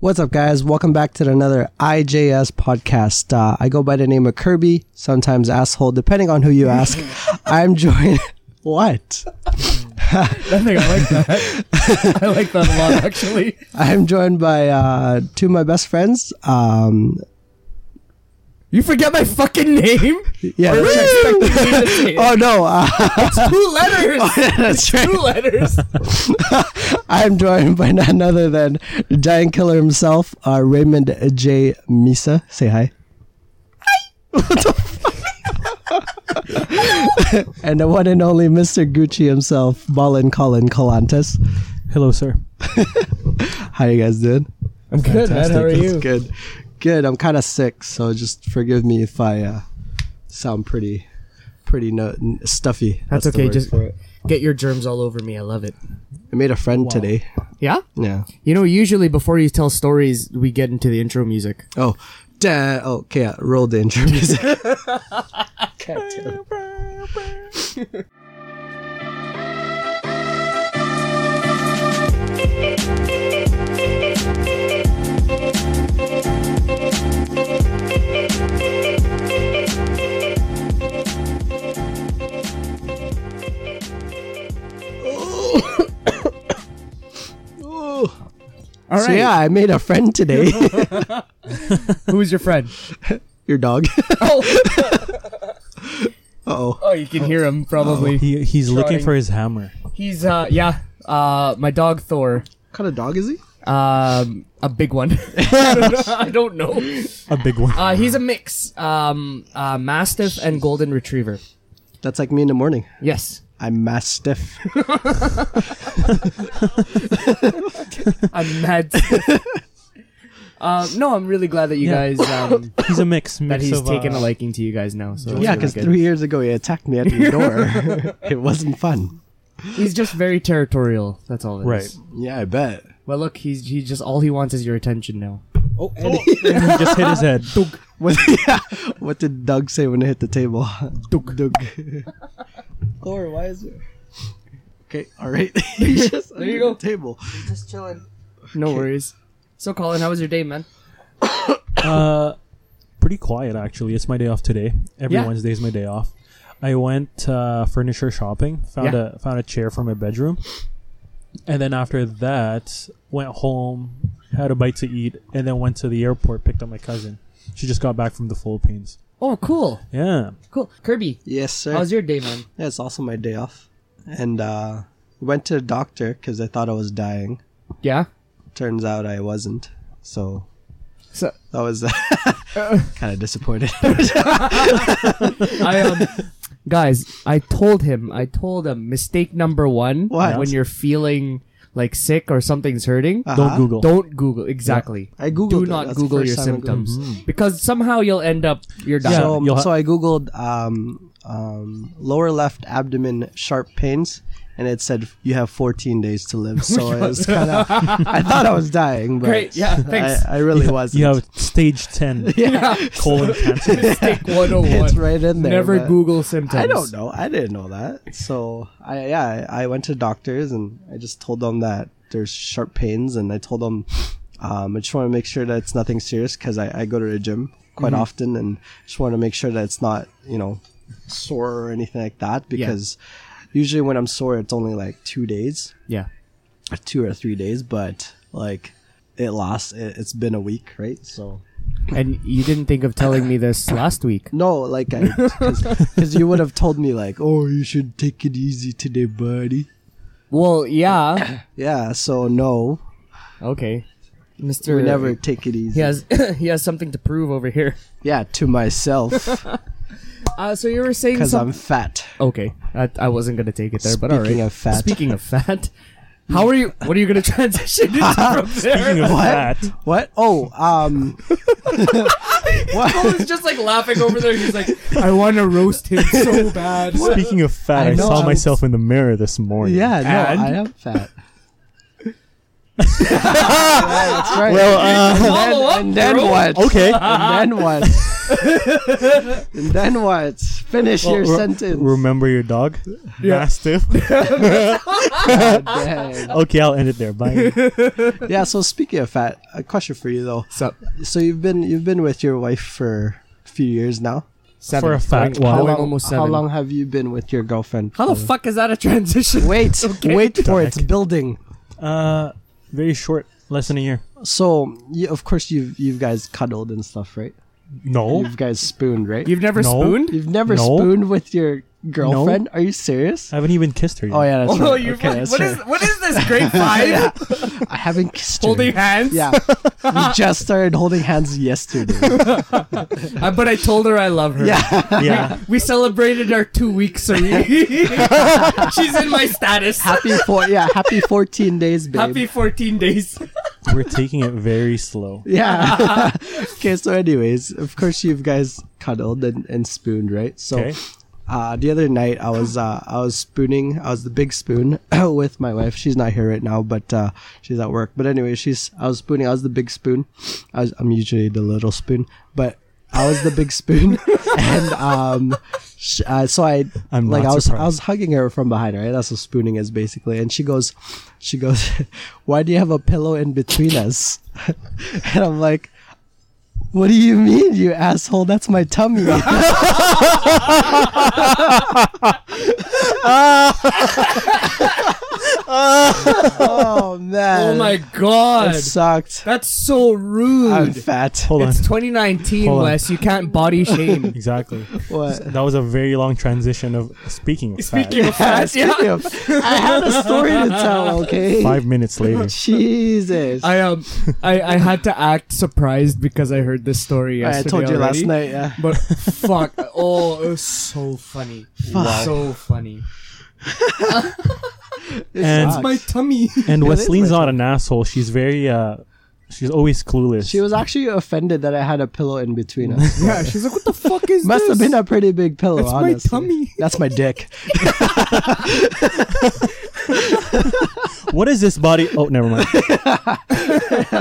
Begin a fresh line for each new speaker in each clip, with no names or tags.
What's up, guys? Welcome back to another IJS podcast. Uh, I go by the name of Kirby, sometimes asshole, depending on who you ask. I'm joined. What?
I think I like that. I like that a lot, actually.
I'm joined by uh, two of my best friends. Um,
You forget my fucking name?
yeah.
Or was you expecting me to say it?
Oh no! Uh,
It's two letters.
that's right.
Two letters.
I'm joined by none other than Giant Killer himself, uh, Raymond J. Misa. Say hi. Hi. and the one and only Mr. Gucci himself, Balin Colin Colantes.
Hello, sir.
How you guys doing?
I'm good, man. How are
That's
you?
Good. Good. I'm kind of sick, so just forgive me if I uh, sound pretty, pretty no- n- stuffy.
That's
the
okay,
word
just-
for it.
Get your germs all over me. I love it.
I made a friend today.
Yeah?
Yeah.
You know, usually before you tell stories, we get into the intro music.
Oh, da- oh, okay. Yeah, roll the intro music.
All right.
So yeah, I made a friend today.
Who's your friend?
Your dog.
Oh,
Oh,
oh you can hear him probably.
He he's looking
Trotting.
for his hammer.
He's, uh, yeah. Uh, my dog Thor.
what kind of dog is he?
Um, a big one. I don't know. I don't know.
A big one.
Uh, he's a mix. Um, uh, Mastiff and Golden Retriever.
That's like me in the morning.
Yes.
I'm mastiff.
I'm mad. um, no, I'm really glad that you
Yeah.
guys um,
he's a mix.
that
mix
he's
of, uh,
taken a liking to you guys now. So that's
yeah,
really
because
good.
three years ago he attacked me at your door. it wasn't fun.
he's just very territorial. That's all. it is.
Right.
Yeah, I bet.
Well, look, he's he just all he wants is your attention now.
Oh, and he-
he just hit his head.
what, yeah, what did Doug say when it hit the table? Doug. Doug. Thor, why is it? Okay, all right. He's just there
you go.
table.
No worries. So, Colin, how was your day, man?
Uh, pretty quiet actually. It's my day off today. Every
Yeah.
Wednesday is my day off. I went uh, furniture shopping. Found
Yeah.
a found a chair for my bedroom, and then after that went home, had a bite to eat, and then went to the airport. Picked up my cousin. She just got back from the Philippines.
Oh, cool,
Yeah.
cool. Kirby,
Yes, sir.
how was your day, man?
yeah, it's also my day off. And uh went to the doctor because I thought I was dying.
Yeah.
Turns out I wasn't. So Uh,
So
that was kind of disappointed.
I um. Guys, I told him, I told him, mistake number one
What?
when you're feeling like sick or something's hurting,
Uh-huh.
Don't Google.
don't Google. Exactly.
I googled.
do
it.
not
That's the
Google
first
your
time I googled. Hmm.
symptoms because somehow you'll end up you're dying.
Yeah.
So,
you'll ha-
so I googled um, um, lower left abdomen sharp pains, and it said you have 14 days to live. So it was kind of. I thought I was dying, but
Great, yeah, thanks.
I, I really wasn't.
You have stage ten
yeah,
colon cancer.
mistake 101.
it's right in there.
Never
but
Google symptoms.
I don't know. I didn't know that. So I yeah, I I went to doctors and I just told them that there's sharp pains, and I told them um, I just want to make sure that it's nothing serious because I, I go to the gym quite often, and just want to make sure that it's not you know sore or anything like that because usually when I'm sore, it's only like two days,
Yeah,
two or three days, but like it lasts. It, it's been a week, right? So
and you didn't think of telling me this last week.
no, like because you would have told me like, oh, you should take it easy today, buddy.
Well, yeah.
Yeah, so no,
Okay, Mister.
we never take it easy.
He has he has something to prove over here.
Yeah, to myself
Uh, so you were saying
because I'm
something.
fat.
Okay, I, I wasn't gonna take it there, but all
Speaking
right.
of fat.
Speaking of fat, how are you? What are you gonna transition into from there?
Speaking of
What?
that,
What? Oh, um,
Cole is just like laughing over there. He's like, I want to roast him so bad.
speaking of fat,
I
I,
know,
saw
I'm-
myself in the mirror this morning.
yeah, no,
And?
I am fat. Yeah, that's right.
Well,
and then,
Follow up,
and then
bro.
what?
uh, okay.
And then what? and then what? Finish your
Well, re-
sentence.
Remember your dog,
Yeah.
Mastiff.
God dang.
okay, I'll end it there. Bye.
Yeah. So speaking of fat, a question for you though.
So,
So you've been you've been with your wife for a few years now.
seven.
For a fact,
Going-
wow.
going
how, long,
almost
how
seven.
long have you been with your girlfriend?
How the fuck is that a transition?
Wait, wait for it. It's
Dick.
building.
Uh, very short, less than a year.
So, you, of course, you've you guys cuddled and stuff, right?
No,
You've guys spooned, right? You've,
You've never
No.
spooned?
never
No.
spooned with your girlfriend? Are you serious?
I haven't even kissed her. Yet.
Oh yeah, that's
Oh,
right.
you
Okay, that's
what
right.
is what is this grade five?
I haven't kissed
Holding
her.
hands?
Yeah, we just started holding hands yesterday.
Uh, but I told her I love her.
yeah,
yeah.
We celebrated our two weeks. So she's in my status.
happy four. Yeah, happy fourteen days, babe.
Happy 14 days.
We're taking it very slow.
yeah. okay, so anyways, of course you guys cuddled and, and spooned, right? So
Okay.
uh, the other night I was uh, I was spooning I was the big spoon with my wife she's not here right now but uh, she's at work but anyway she's I was spooning I was the big spoon I was, I'm usually the little spoon but I was the big spoon and um sh uh, so I
I'm
like
not
I was I
surprised.
was hugging her from behind right that's what spooning is basically and she goes she goes why do you have a pillow in between us and I'm like what do you mean you asshole that's my tummy oh man
Oh my god.
it sucked
That's so
I'm
rude.
fat
Hold on.
It's 2019,
Hold on.
Wes. You can't body shame.
Exactly.
what
That was a very long transition of speaking. Of fat.
Speaking of fat,
Speaking
yeah.
of- I had a story to tell okay
Five minutes later.
Jesus
I um, I, I had to act surprised because I heard this story
I
yesterday.
told you last
already.
night yeah
But fuck! Oh, it was so funny. So funny.
It
And-
sucks.
My tummy.
And
Yeah, it is
Wesley's
my
not an asshole. She's very. uh She's always clueless.
she was actually offended that I had a pillow in between us
yeah, she's like, "What the fuck is
Must
this?"
have been a pretty big pillow,
It's my
honestly.
tummy.
That's my dick.
what is this body? Oh, never mind.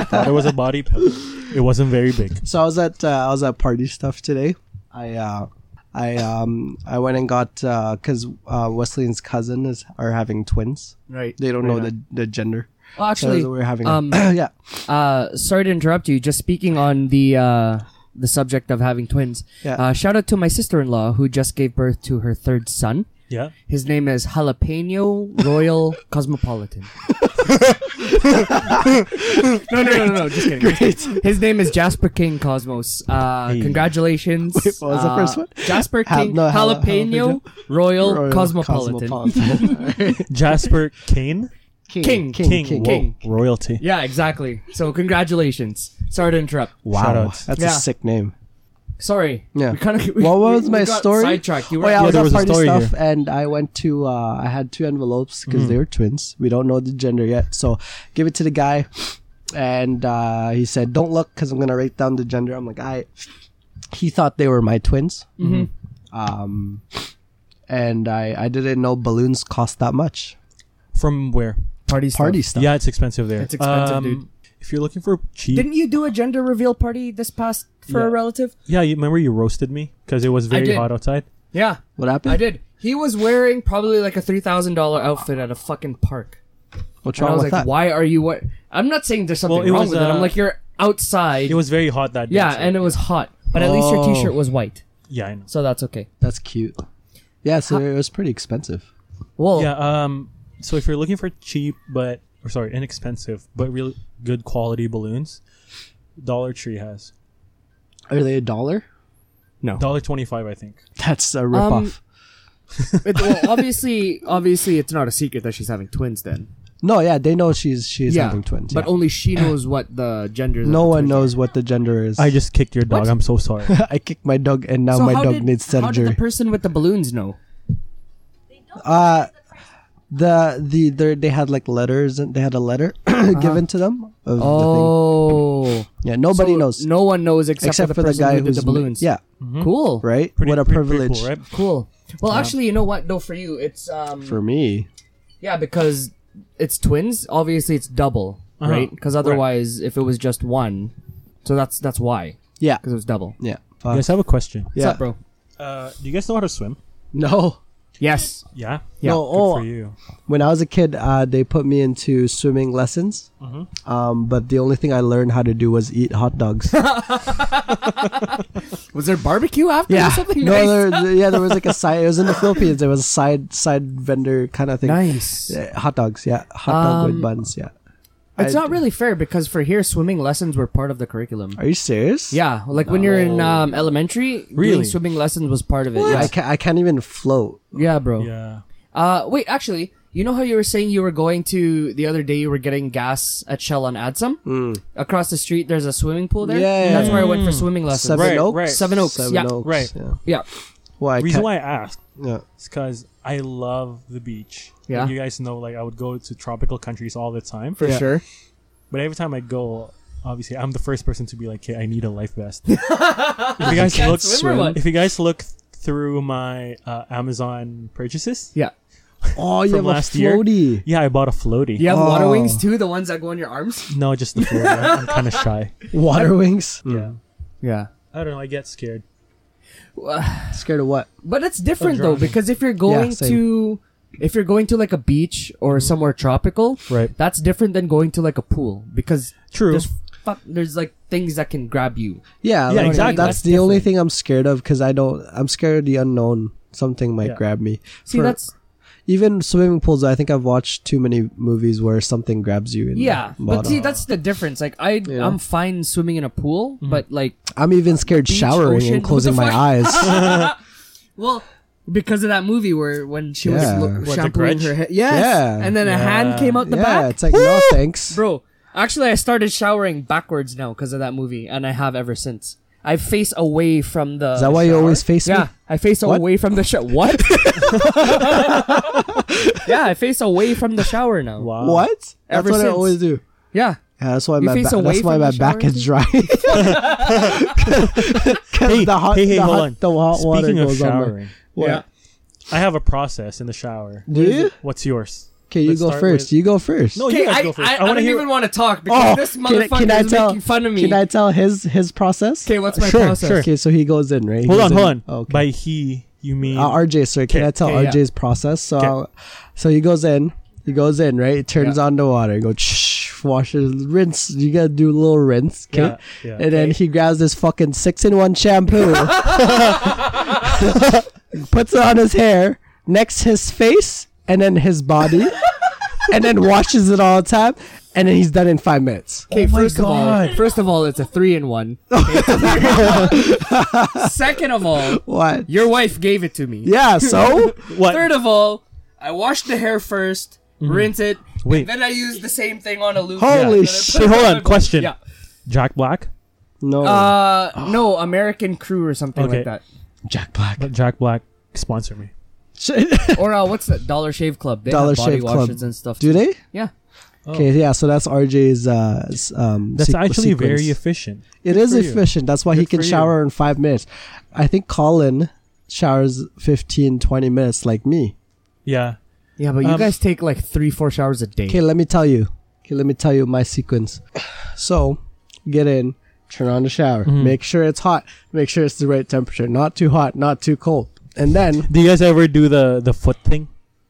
there was a body pillow. It wasn't very big.
So I was at uh, I was at party stuff today. I uh, I um I went and got because uh, Wesley's cousin is are having twins.
right.
They don't know
Right
the, the gender.
Well,
So
actually,
we're having a-
um,
yeah.
uh, sorry to interrupt you. Just speaking on the uh, the subject of having twins.
Yeah.
Uh, shout out to my sister in law who just gave birth to her third son.
Yeah.
His name is Jalapeno Royal Cosmopolitan. no, no, no, no, no, just kidding.
Great.
His name is Jasper King Cosmos. Uh,
Hey.
Congratulations.
Wait, what was the
Uh,
first one?
Jasper
Ha-
King
no, jala-
Jalapeno Royal,
Royal
Cosmopolitan.
Cosmopolitan.
Jasper Kane.
king,
King,
king,
King.
king.
King.
Whoa, royalty.
Yeah, exactly. So congratulations. Sorry to interrupt.
Shout
Wow,
outs.
that's
Yeah.
a sick name.
Sorry.
Yeah.
We kind of.
What was my
got
story?
Sidetracked. You
Oh
were.
yeah, I
Yeah,
was
there
at
was a
party
story
stuff, and I went to. Uh, I had two envelopes because they were twins. We don't know the gender yet, so give it to the guy, and uh, he said, "Don't look," because I'm gonna write down the gender. I'm like, I. He thought they were my twins,
Mhm.
um, and I I didn't know balloons cost that much.
From where?
Party.
Party stuff.
Yeah, it's expensive there. Um,
It's expensive, dude.
If you're looking for cheap,
Didn't you do a gender reveal party this past for
Yeah.
a relative?
yeah, you remember you roasted me because it was very
did.
hot outside.
Yeah,
What happened?
I did. He was wearing probably like a three thousand dollar outfit at a fucking park.
What's
And I
wrong
was
with
like,
that?
why are you? What? I'm not saying there's something
Well, it
wrong
was,
with it. I'm
uh,
like, you're outside.
It was very hot that day.
yeah,
so-
and it was hot, but at least your
Oh.
T-shirt was white,
yeah, I know.
so that's okay.
That's cute. Yeah, so it was pretty expensive.
Well,
Yeah. Um. So if you're looking for cheap, but or sorry, inexpensive but real good quality balloons, Dollar Tree has
Are they a dollar?
dollar twenty five, I think.
That's a ripoff.
Um,
off.
it- well, obviously, obviously, it's not a secret that she's having twins. Then,
no, yeah, they know she's she's
yeah,
having twins.
but
yeah.
only she knows what the gender.
no one knows what the gender is.
I just kicked your dog.
What?
I'm so sorry.
I kicked my dog, and now my dog needs
How did the
surgery.
person with the balloons know?
uh, the the their- they had like letters, and they had a letter given to them. Of the
Uh-huh. Oh,
thing. yeah, nobody knows
No one knows except,
except
for the, person
guy
who did
who's
the balloons.
Yeah,
cool.
right.
Pretty-
what a
pretty- pretty
privilege
cool, right?
Cool. Well, actually, you know what? No, for you, it's um,
for me.
yeah, because it's twins. Obviously, it's double,
Uh-huh.
right? Because otherwise, if it was just one, so that's that's why
Yeah,
because it was double.
yeah. Fuck.
You guys have a question.
Yeah.
What's up, bro?
Uh, do you guys know how to swim?
No.
Yes.
Yeah.
Yeah.
No.
Good
Oh.
for you.
When I was a kid, uh, they put me into swimming lessons. Um, but the only thing I learned how to do was eat hot dogs.
Was there barbecue after or
yeah.
something?
No,
nice?
there, there- yeah, there was like a side. It was in the Philippines. There was a side side vendor kind of thing.
Nice.
Yeah, hot dogs. Yeah, hot dog
Um,
with buns. Yeah.
It's
I-
not really fair because for here, swimming lessons were part of the curriculum.
Are you serious?
Yeah, like when you're in um, elementary, doing
Really?
swimming lessons was part of it.
I
Yeah.
can't. I can't even float.
yeah, bro.
Yeah.
Uh, wait, actually, you know how you were saying you were going to the other day? You were getting gas at Shell on Adsum. Mm. Across the street, there's a swimming pool
Hmm.
there.
Yeah.
that's where I went for swimming lessons.
Seven
Right,
Oaks.
right.
Seven Oaks,
Seven
yeah.
Oaks.
Right.
Yeah.
Yeah,
Why? I can't-
Reason why I asked
Yeah.
is because I love the beach.
Yeah.
Like, you guys know, like I would go to tropical countries all the time.
for
Yeah.
sure.
But every time I go, obviously, I'm the first person to be like, "Hey, I need a life vest." if you guys
Can't
look,
swim or what?
if you guys look through my uh, Amazon purchases,
Yeah,
Oh, you
From
have a
last year?
floaty.
yeah, I bought a floaty.
you have water
Oh.
wings too, the ones that go on your arms.
No, just the floaty. I'm kind of shy.
Water wings.
Yeah.
Yeah,
I don't know. I get scared.
Scared of what?
but it's different
Of
though
drowning.
because if you're going
same. Mm-hmm.
to if you're going to like a beach or somewhere tropical,
Right.
That's different than going to like a pool because
True.
there's fuck there's like things that can grab you.
Yeah,
Yeah,
like,
exactly.
That's,
That's
the only thing I'm scared of because I don't. I'm scared of the unknown. Something might
Yeah.
grab me.
See,
For-
that's
even swimming pools. I think I've watched too many movies where something grabs you. In
yeah,
the
but
bottom.
see, that's the difference. Like I,
Yeah. Mm-hmm.
I'm fine swimming in a pool, but like,
I'm even scared
Beach,
showering
ocean, what
and
the
closing my
fuck?
eyes.
well, because of that movie where when she
Yeah.
was
What,
lo-
The
shampooing
Grudge?
her head, yes,
Yeah.
and then a hand came out the
yeah,
back,
it's like no thanks.
bro. Actually, I started showering backwards now because of that movie, and I have ever since. I face away from the.
Is that why you always face me?
Yeah, I face
What?
away from the shower. What? yeah, I face away from the shower now.
wow.
What? Uh, That's
Ever
what I
since.
always do.
Yeah,
Yeah, that's why
You
my
face
ba-
away
that's why
from
my
the
back
shower?
is dry. 'Cause
Hey,
the hot,
hey, hey,
the
hold
hot,
on.
The hot water
Speaking of
goes on my-
showering,
What?
Yeah.
I have a process in the shower.
Do you?
What's yours?
Okay, you
Let's
go
start
first.
with-
You go first.
No,
Okay,
you guys
I,
go
I,
first.
I
want
don't
to hear.
even want to talk
Oh,
because this motherfucker is making fun of me.
Can I tell his his process?
okay, what's my
Sure,
process?
sure.
Okay, so he goes in, right? He
hold
goes
on,
in-
hold on.
Okay.
By he, you mean?
Uh, RJ, sorry, can
Okay,
I tell
okay, yeah.
RJ's process? So,
Okay.
I'll- so he goes in, he goes in, right? Turns on the water, go shh, washes, rinse. You gotta do a little rinse, okay?
Yeah, yeah.
And then he grabs this fucking six in one shampoo, puts it on his hair, next his face, and then his body, and then washes it all the time, and then he's done in five minutes.
Okay,
Oh my
first of all,
God.
first of all, it's a three in one. Second of all,
What?
your wife gave it to me.
Yeah, so
what?
Third of all, I wash the hair 1st rinse it,
Wait.
and then I use the same thing on a loop.
Mm-hmm. Holy
And then I put
shit.
it
Hold
my
on,
body.
question.
Yeah.
Jack Black.
no
Uh, no, American Crew or something
Okay.
like that.
Jack Black.
Jack Black sponsor me.
Or uh, what's that? Dollar Shave Club. They
Dollar
have body
Shave Club.
washes and stuff.
Do they?
Yeah.
Okay, yeah. So that's RJ's. Uh, s- um,
Oh. That's
sequ-
actually
sequence.
very efficient.
It is
for you.
efficient. That's why he
Good
can
for you.
shower in five minutes. I think Colin showers 15, 20 minutes like me.
Yeah.
Yeah, but you
Um,
guys take like three, four showers a day.
Okay, let me tell you. Okay, let me tell you my sequence. So, get in, turn on the shower,
Mm-hmm.
make sure it's hot, make sure it's the right temperature, not too hot, not too cold. And then,
Do you guys ever do the the foot thing?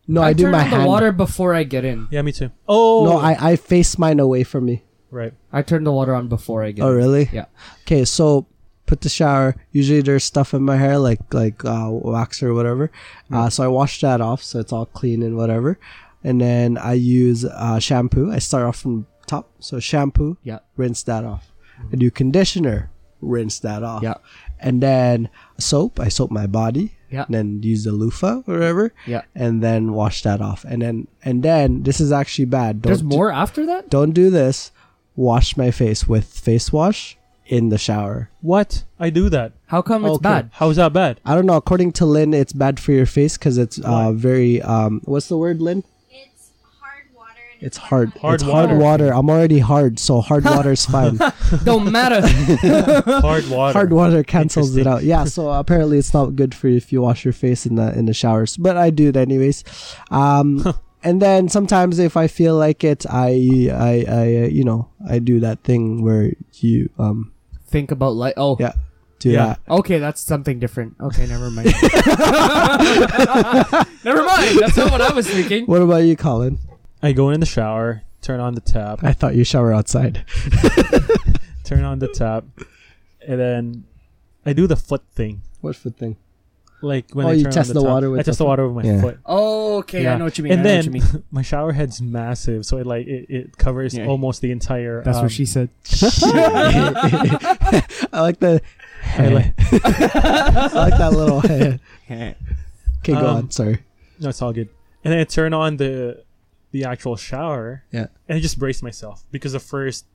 no, I, do
turn
my
on the
hand.
water before I get in.
Yeah, me too. Oh,
No, I, I face mine away from me.
right.
I turn the water on before I get
Oh,
in.
really?
Yeah.
Okay, so put the shower. Usually there's stuff in my hair, like like uh, wax or whatever. Uh, so I wash that off, so it's all clean and whatever. And then I use uh, shampoo. I start off from top, so shampoo.
Yeah. Mm-hmm.
Rinse that off. I do conditioner. Rinse that off.
Yeah.
And then soap. I soap my body.
Yeah.
And then use the loofah, or whatever.
Yeah.
And then wash that off. And then and then this is actually bad. Don't
There's
do-
more after that?
don't do this. Wash my face with face wash in the shower.
What? I do that.
How come it's
Okay.
bad?
How's that bad?
I don't know. According to Lynn, it's bad for your face because it's uh, very. Um, what's the word, Lyn?
It's hard water. And
It's hard.
Hard
it's hard
water.
water. I'm already hard, so hard water's fine.
Don't matter.
Hard water.
hard water cancels it
Interesting.
out. Yeah, so apparently it's not good for you if you wash your face in the in the showers. But I do it anyways. Um, and then sometimes if I feel like it, I I I uh, you know I do that thing where you um
Think about life. Oh,
yeah do
Yeah.
that.
Okay, that's something different. Okay, never mind. never mind. That's not what I was thinking.
What about you, Colin?
I go in the shower, turn on the tap,
I thought you shower outside.
turn on the tap, and then I do the foot thing.
What foot thing?
Like when
Oh,
I
you
turn
test
on
the
the, tap,
water with
I test
the
the water with my
Yeah.
foot.
Okay, I
Yeah.
know what you mean.
And
I know
then
what you mean.
my shower head's massive, so it like it, it covers
Yeah.
almost the entire.
That's
um,
what she said.
I like the.
I like-
I like that little. okay, go
Um,
on. Sorry.
No, it's all good. And then I turn on the the actual shower.
Yeah.
And I just brace myself because the first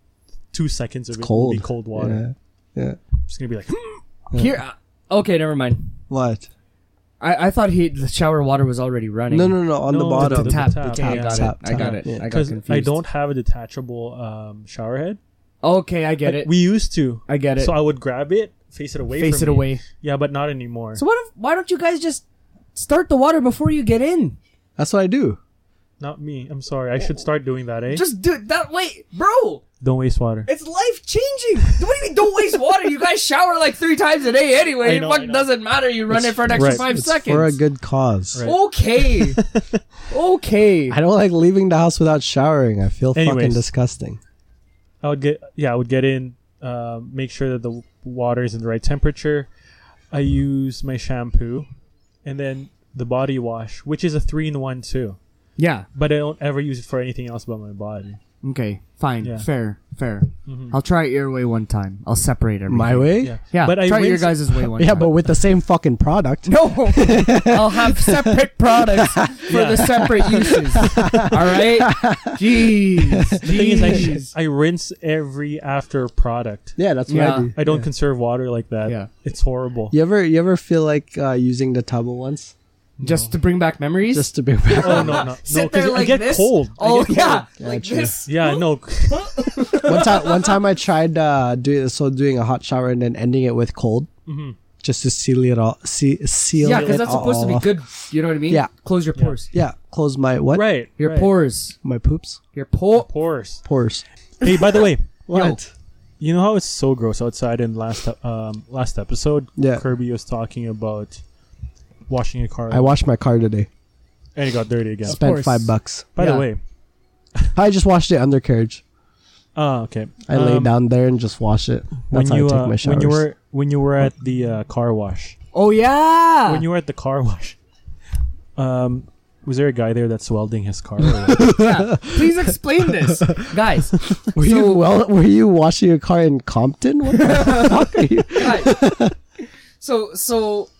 two seconds of it will be cold water.
Yeah. yeah.
I'm just gonna be like,
Here. uh, Okay, never mind.
What?
I, I thought he the shower water was already running.
No, no, no. On the
No,
bottom.
The tap. The tap.
tap, tap,
I got
tap,
it. I got
tap.
it.
Yeah.
I got
because
confused.
I don't have a detachable um, shower head.
Okay, I get
Like,
it.
We used to.
I get it.
So I would grab it, face it away.
Face it
from me.
away.
Yeah, but not anymore.
So what if, why don't you guys just start the water before you get in?
That's what I do.
not me. I'm sorry. I should start doing that, eh?
Just do it that way, bro.
Don't waste water.
It's life changing. what do you mean? Don't waste water. You guys shower like three times a day anyway.
I know,
Fuck,
I know.
doesn't matter. You run it for an extra
right.
five
It's
seconds.
for a good cause.
Right.
Okay. okay.
I don't like leaving the house without showering. I feel fucking
Anyways.
disgusting.
I would get yeah, I would get in, uh, make sure that the w- water is in the right temperature. I use my shampoo, and then the body wash, which is a three in one too.
Yeah.
But I don't ever use it for anything else but my body.
Okay. Fine.
Yeah.
Fair. Fair. I'll try it your way one time. I'll separate everything.
Mm-hmm. My way?
Yeah,
Yeah.
But I
try it your
rinse-
guys' way one
Yeah,
time.
but with the same fucking product.
No, I'll have separate products for the separate uses. All right, jeez.
The thing is, I,
jeez.
I rinse every after product.
Yeah, that's what
Yeah.
I do.
I don't conserve water like that.
Yeah.
it's horrible.
You ever you ever feel like uh, using the towel once
just to bring back memories.
just to be back?
Oh no, no, no!
sit
Because
there like
I get
this.
cold. I
Oh
get
yeah,
cold.
like
true.
this.
Yeah, no.
one time one time I tried uh, doing so doing a hot shower and then ending it with cold
Mm-hmm.
just to seal it all see, seal
Yeah,
because
because that's supposed to be good. You know what I mean?
Yeah.
Close your pores.
Yeah, close my what?
right.
Your
right.
pores.
My poops?
Your pore.
Pores.
Pores.
Hey, by the way,
What?
You know how it's so gross outside. In last um last episode,
Yeah.
Kirby was talking about washing your car,
I washed my car today.
and it got dirty again.
Of
Spent
course.
5 bucks.
By
Yeah.
the way,
I just washed the undercarriage.
oh okay.
I laid
Um,
down there and just wash it. That's
when
how
you
I take
uh,
my showers.
when you were when you were at the uh, car wash.
Ah.
Oh yeah.
When you were at the car wash, um, was there a guy there that's welding his car? Or what?
yeah. Please explain this, guys.
Were you well? Were you washing your car in Compton? What the fuck? Are you?
Guys. So so,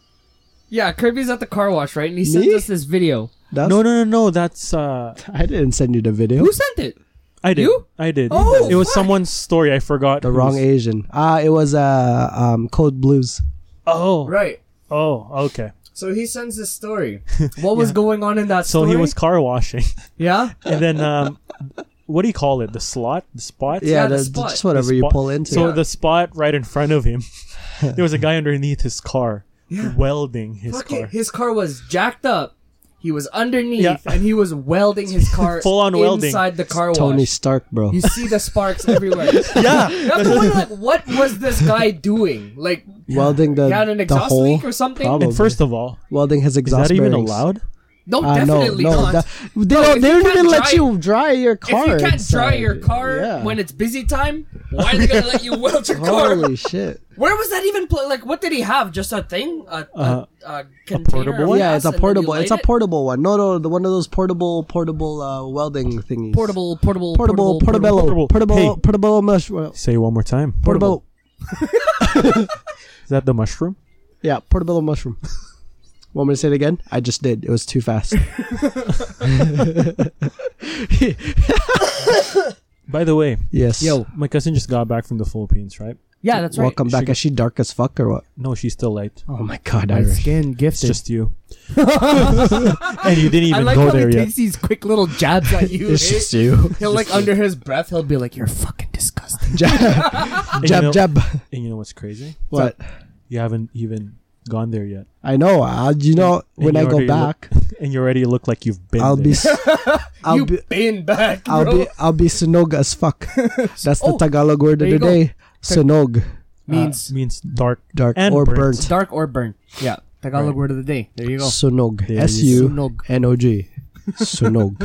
yeah. Kirby's at the car wash, right? And he sends
Me?
us this video.
That's,
no, no, no, no. That's uh,
I didn't send you the video.
Who sent it?
I did.
You?
I did.
Oh,
it was
fuck.
someone's story. I forgot
the
whose.
wrong Asian. Ah, it was uh um Code Blues.
Oh,
Right.
oh, okay.
So he sends this story. What was going on in that
So
story?
he was car washing,
yeah.
and then um, what do you call it? The slot, the spot.
Yeah,
the
the-
spot.
just whatever
the
you
spot-
pull into.
So
Yeah.
the spot right in front of him, there was a guy underneath his car welding his
Fuck it,
car.
His car was jacked up. He was underneath,
Yeah.
and he was welding his car
Full on welding.
inside the car wash.
Tony Stark, bro.
you see the sparks everywhere.
yeah,
That's the wonder, like, what was this guy doing? Like,
Welding the
he had an
the
exhaust
hole.
leak or something?
problem.
and first of all,
Welding his
is
exhaust.
that even
bearings.
allowed?
No,
Ah,
definitely
no, no,
not.
that- they
if
don't. They
you
don't
can't
even
dry-
let you dry your car.
if you can't dry
inside.
your car
Yeah.
when it's busy time, why are they gonna let you weld your car?
Holy shit!
Where was that even? Pl- like, what did he have? Just a thing? A,
Uh,
a, a container of
portable one?
Yeah, it's
gas
a
and then
Uh-huh.
you
portable.
light
It's a
it?
portable one. No, no, the one of those portable, portable uh, welding thingies.
portable, portable,
portable,
portable.
portable, portable,
Hey.
portable mush. well,
Say it one more time.
Portable.
Is that the mushroom?
Yeah, portobello mushroom. Want me to say it again? I just did. It was too fast.
By the way,
Yes.
Yo,
my cousin just got back from the Philippines, right?
yeah, that's right.
welcome back.
She-
Is she dark as fuck or what?
No, she's still late.
Oh my god,
My
Irish.
skin
It's
gifted.
just you. and you didn't
I
even
like
go
how
there
he
yet.
takes these quick little jabs at you.
It's
eh?
just you.
he'll like under his breath, he'll be like, "You're fucking disgusting."
jab,
And you know,
jab, jab.
And you know what's crazy?
What?
You haven't even gone there yet.
I know. I, you know,
And
when
you
I go
already
back,
And you already look like you've been
I'll
there.
be, s- I'll
you
be,
been back,
I'll
bro.
be, I'll be sunog as fuck. That's the
Oh,
Tagalog word of
there
the
you go.
day. Sunog.
means
means dark,
Dark
and
or
burnt.
burnt.
dark or burn. Yeah, Tagalog
Right.
word of the day. There you go.
Sunog.
There
S U
you
Sunog.
N O G. Sunog.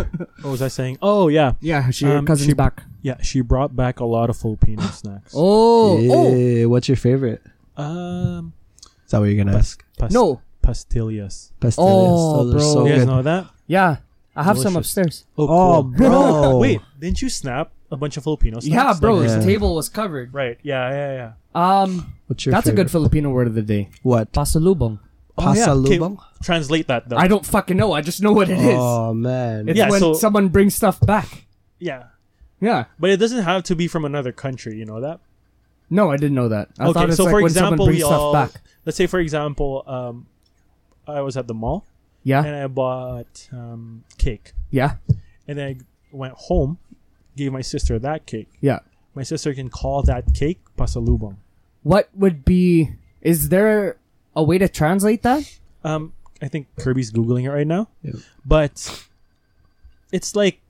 What was I saying? Oh yeah,
Yeah, she,
Um,
your cousin's
she-
back.
yeah. She brought back a lot of Filipino snacks.
Oh, oh
Eh, What's your favorite?
Um,
Is that what you're gonna ask?
pas-
no,
pastillas.
Pastillas.
Oh,
Those are
bro.
so
you guys
good.
know that?
yeah. I have some
Delicious.
upstairs.
Oh,
cool.
bro.
Wait, didn't you snap a bunch of Filipino snacks?
Yeah, bro.
Like-
Yeah.
His table was covered.
right. Yeah, yeah, yeah.
Um,
What's your
that's a good
favorite?
Filipino word of the day.
What?
Pasalubong.
Oh, yeah. Okay,
Pasalubong?
Translate that though.
I don't fucking know. I just know what it is.
Oh man.
It's
Yeah,
when
so-
someone brings stuff back.
yeah.
Yeah.
But it doesn't have to be from another country, you know that?
No, I didn't know that. I thought
okay,
it's
so
like
for
when
example,
someone brings
we
stuff
all
back.
let's say for example, um, I was at the mall
Yeah,
and I bought um, cake,
yeah,
and then I g- went home, gave my sister that cake.
yeah.
My sister can call that cake pasalubong.
What would be? Is there a way to translate that?
Um, I think Kirby's googling it right now,
Yep.
but it's like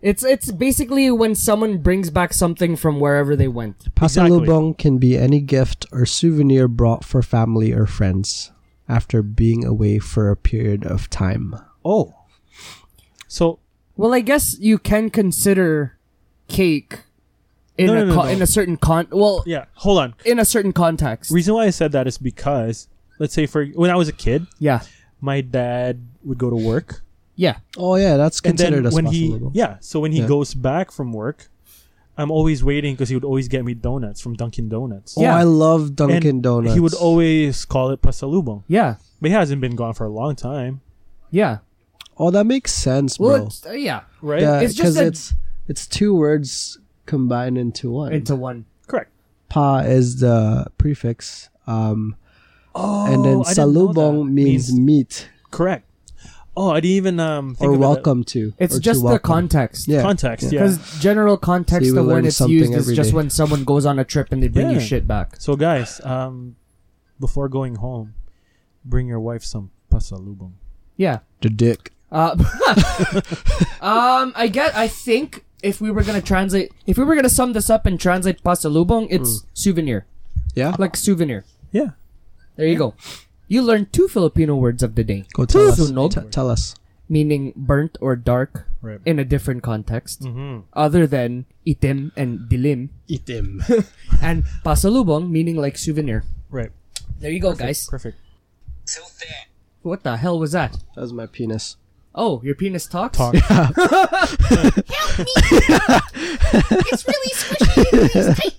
It's it's basically when someone brings back something from wherever they went.
Pasalubong can be any gift or souvenir brought for family or friends after being away for a period of time.
oh, so
Well, I guess you can consider cake in
No,
a
no, no,
con-
no.
in a certain con. Well,
yeah, hold on.
in a certain context.
Reason why I said that is because let's say for when I was a kid,
yeah,
my dad would go to work
yeah.
Oh yeah, that's
and
considered
then
a
when he
pasalubong.
yeah so when he
Yeah.
goes back from work i'm always waiting because he would always get me donuts from dunkin' donuts
Oh,
Yeah.
I love
And
Dunkin' Donuts.
he would always call it pasalubong
Yeah,
but he hasn't been gone for a long time
yeah.
Oh, that makes sense, bro.
Well, it's, uh, yeah,
right
Yeah,
It's
'cause
just a-
it's it's two words combined into one.
into one.
correct
pa is the prefix, um,
oh
and then
I didn't know
salubong
that.
means, meat
correct oh i didn't even um think
or
of it that-
welcome to.
It's
or to
just the
welcome.
context.
Yeah.
context yeah,
Because general context
So you
of
learn
when it's
something
used is
every
just
day.
when someone goes on a trip and they bring you
Yeah.
shit back.
so guys um before going home bring your wife some pasalubong
Yeah.
The dick.
Uh, um, I get. I think if we were gonna translate, if we were gonna sum this up and translate pasalubong,
Mm.
it's souvenir,
Yeah.
like souvenir.
yeah
There you go. You learned two Filipino words of the day,
Go tell us.
Sunog.
T- tell us.
meaning burnt or dark,
right
in a different context,
mm-hmm.
other than itim and dilim,
Itim.
and pasalubong meaning like souvenir.
right
There you go, guys.
perfect
What the hell was that?
that was my penis.
Oh, your penis talks.
talk
It's really squishy in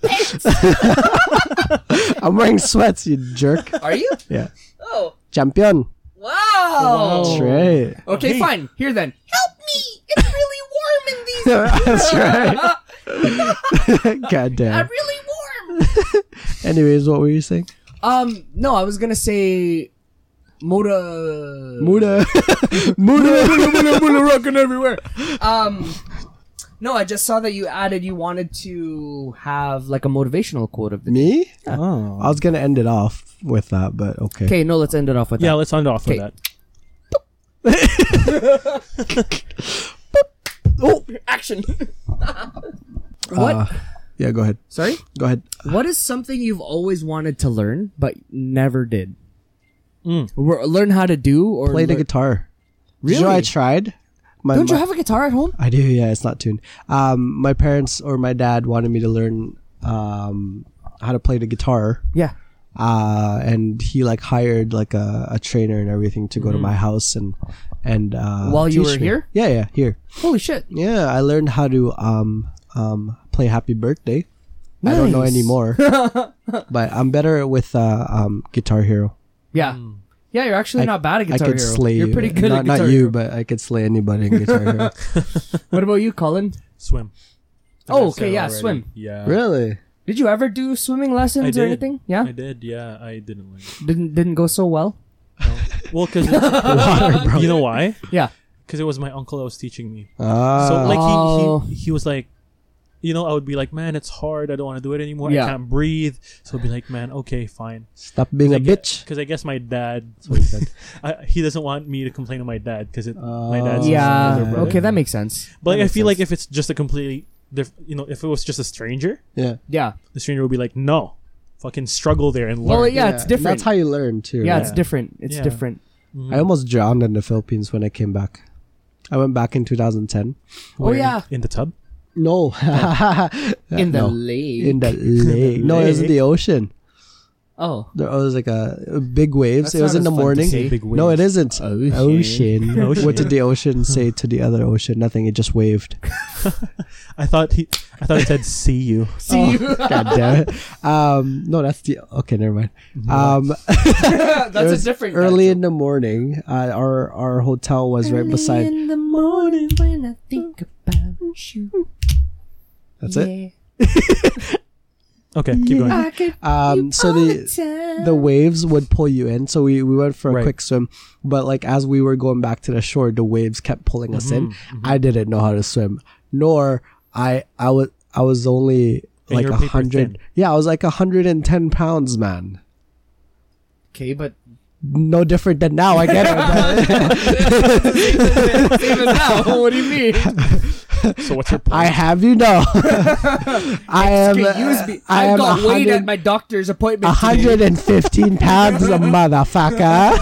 these tight pants.
I'm wearing sweats, you jerk.
Are you?
Yeah.
Oh,
Champion.
wow.
That's right.
Oh. Okay,
Hey.
fine. Here then.
Help me! It's really warm in these.
That's right. God damn.
Really warm.
Anyways, what were you saying?
Um, no, I was gonna say Moda
Muda. Muda.
Moda rocking everywhere. Um No, I just saw that you added you wanted to have like a motivational quote of the
Me?
Ah.
oh
I was gonna end it off with that, but okay.
Okay, no, let's end it off with
yeah
that.
let's end off with
Okay.
that
Oh action. what
Uh, yeah, go ahead.
sorry?
Go ahead.
What is something you've always wanted to learn but never did? Re- learn how to do or
Hmm. Play the
lear-
guitar. Did you know
Really?
I tried? My,
Don't you
my-
have a guitar at home?
I do. Yeah, it's not tuned. Um, my parents or my dad wanted me to learn um how to play the guitar.
Yeah.
uh, and he like hired like a, a trainer and everything to go to my house and and uh,
Mm-hmm. While you
teach
were
me.
here?
yeah yeah here
Holy shit.
yeah I learned how to um um play Happy Birthday I don't know
Nice.
anymore but I'm better with uh, um Guitar Hero
Yeah. Yeah, you're actually
Hmm. I-
not bad at
I
Guitar
could
Hero.
slay
You're pretty good
not,
at Guitar
not you
Hero.
but I could slay anybody in Guitar Hero
What about you, Colin?
swim I
Oh,
guess
okay,
I
yeah,
already-
swim.
yeah
really
Did you ever do swimming lessons
I
or
did.
anything? Yeah.
I did. Yeah, I didn't win.
Didn't didn't go so well.
Well, because you know why?
Yeah.
Because it was my uncle that was teaching me.
ah
so like
Oh.
he, he he was like, you know, I would be like, man, it's hard. I don't want to do it anymore.
Yeah.
I can't breathe. So I'd be like, man, okay, fine.
stop being a bitch
Because I guess my dad,
what he said.
I, he doesn't want me to complain to my dad because
Oh.
my dad's his
yeah.
older
yeah.
brother.
Okay, that makes sense.
But
That
I
makes
feel like
sense.
if it's just a completely, diff- you know, if it was just a stranger,
yeah
yeah,
the stranger would be like, no, fucking struggle there and learn.
Well, yeah, it's
and
different.
That's how you learn too.
yeah,
right?
it's different. It's
Yeah.
different.
I almost drowned in the Philippines when I came back. I went back in 2010.
Oh
Where?
yeah,
in the tub.
No,
Oh. in the
No.
lake.
in the lake. No, it was in the ocean.
oh,
There was like a big waves.
That's
it was
not
in the
as fun to
morning.
say.
Big
No, it
waves.
isn't.
Ocean.
Ocean.
Ocean.
What did the ocean say to the other ocean? Nothing. It just waved.
I thought he. I thought it said see you.
see you.
God damn it. Um, no, that's the okay. Never mind. Um, it
That's a
was
different
Early
guy.
in the morning, uh, our our hotel was right beside.
in the morning when I think about you.
That's
yeah.
it.
Okay, keep going.
I could
Um, so the the waves would pull you in. So we, we went for a
Right.
quick swim, but like as we were going back to the shore, the waves kept pulling us in. I didn't know how to swim, nor I I was I was only
And
like a
you were paper
hundred.
thin.
Yeah, I was like hundred and ten pounds, man.
Okay, but
No different than now. I get it. but
even now, what do you mean?
So what's your plan?
I have you know. I am.
Okay, you was be-
I
I've
am
got weighed at
100,
my doctor's appointment. today.
115 pounds, a motherfucker.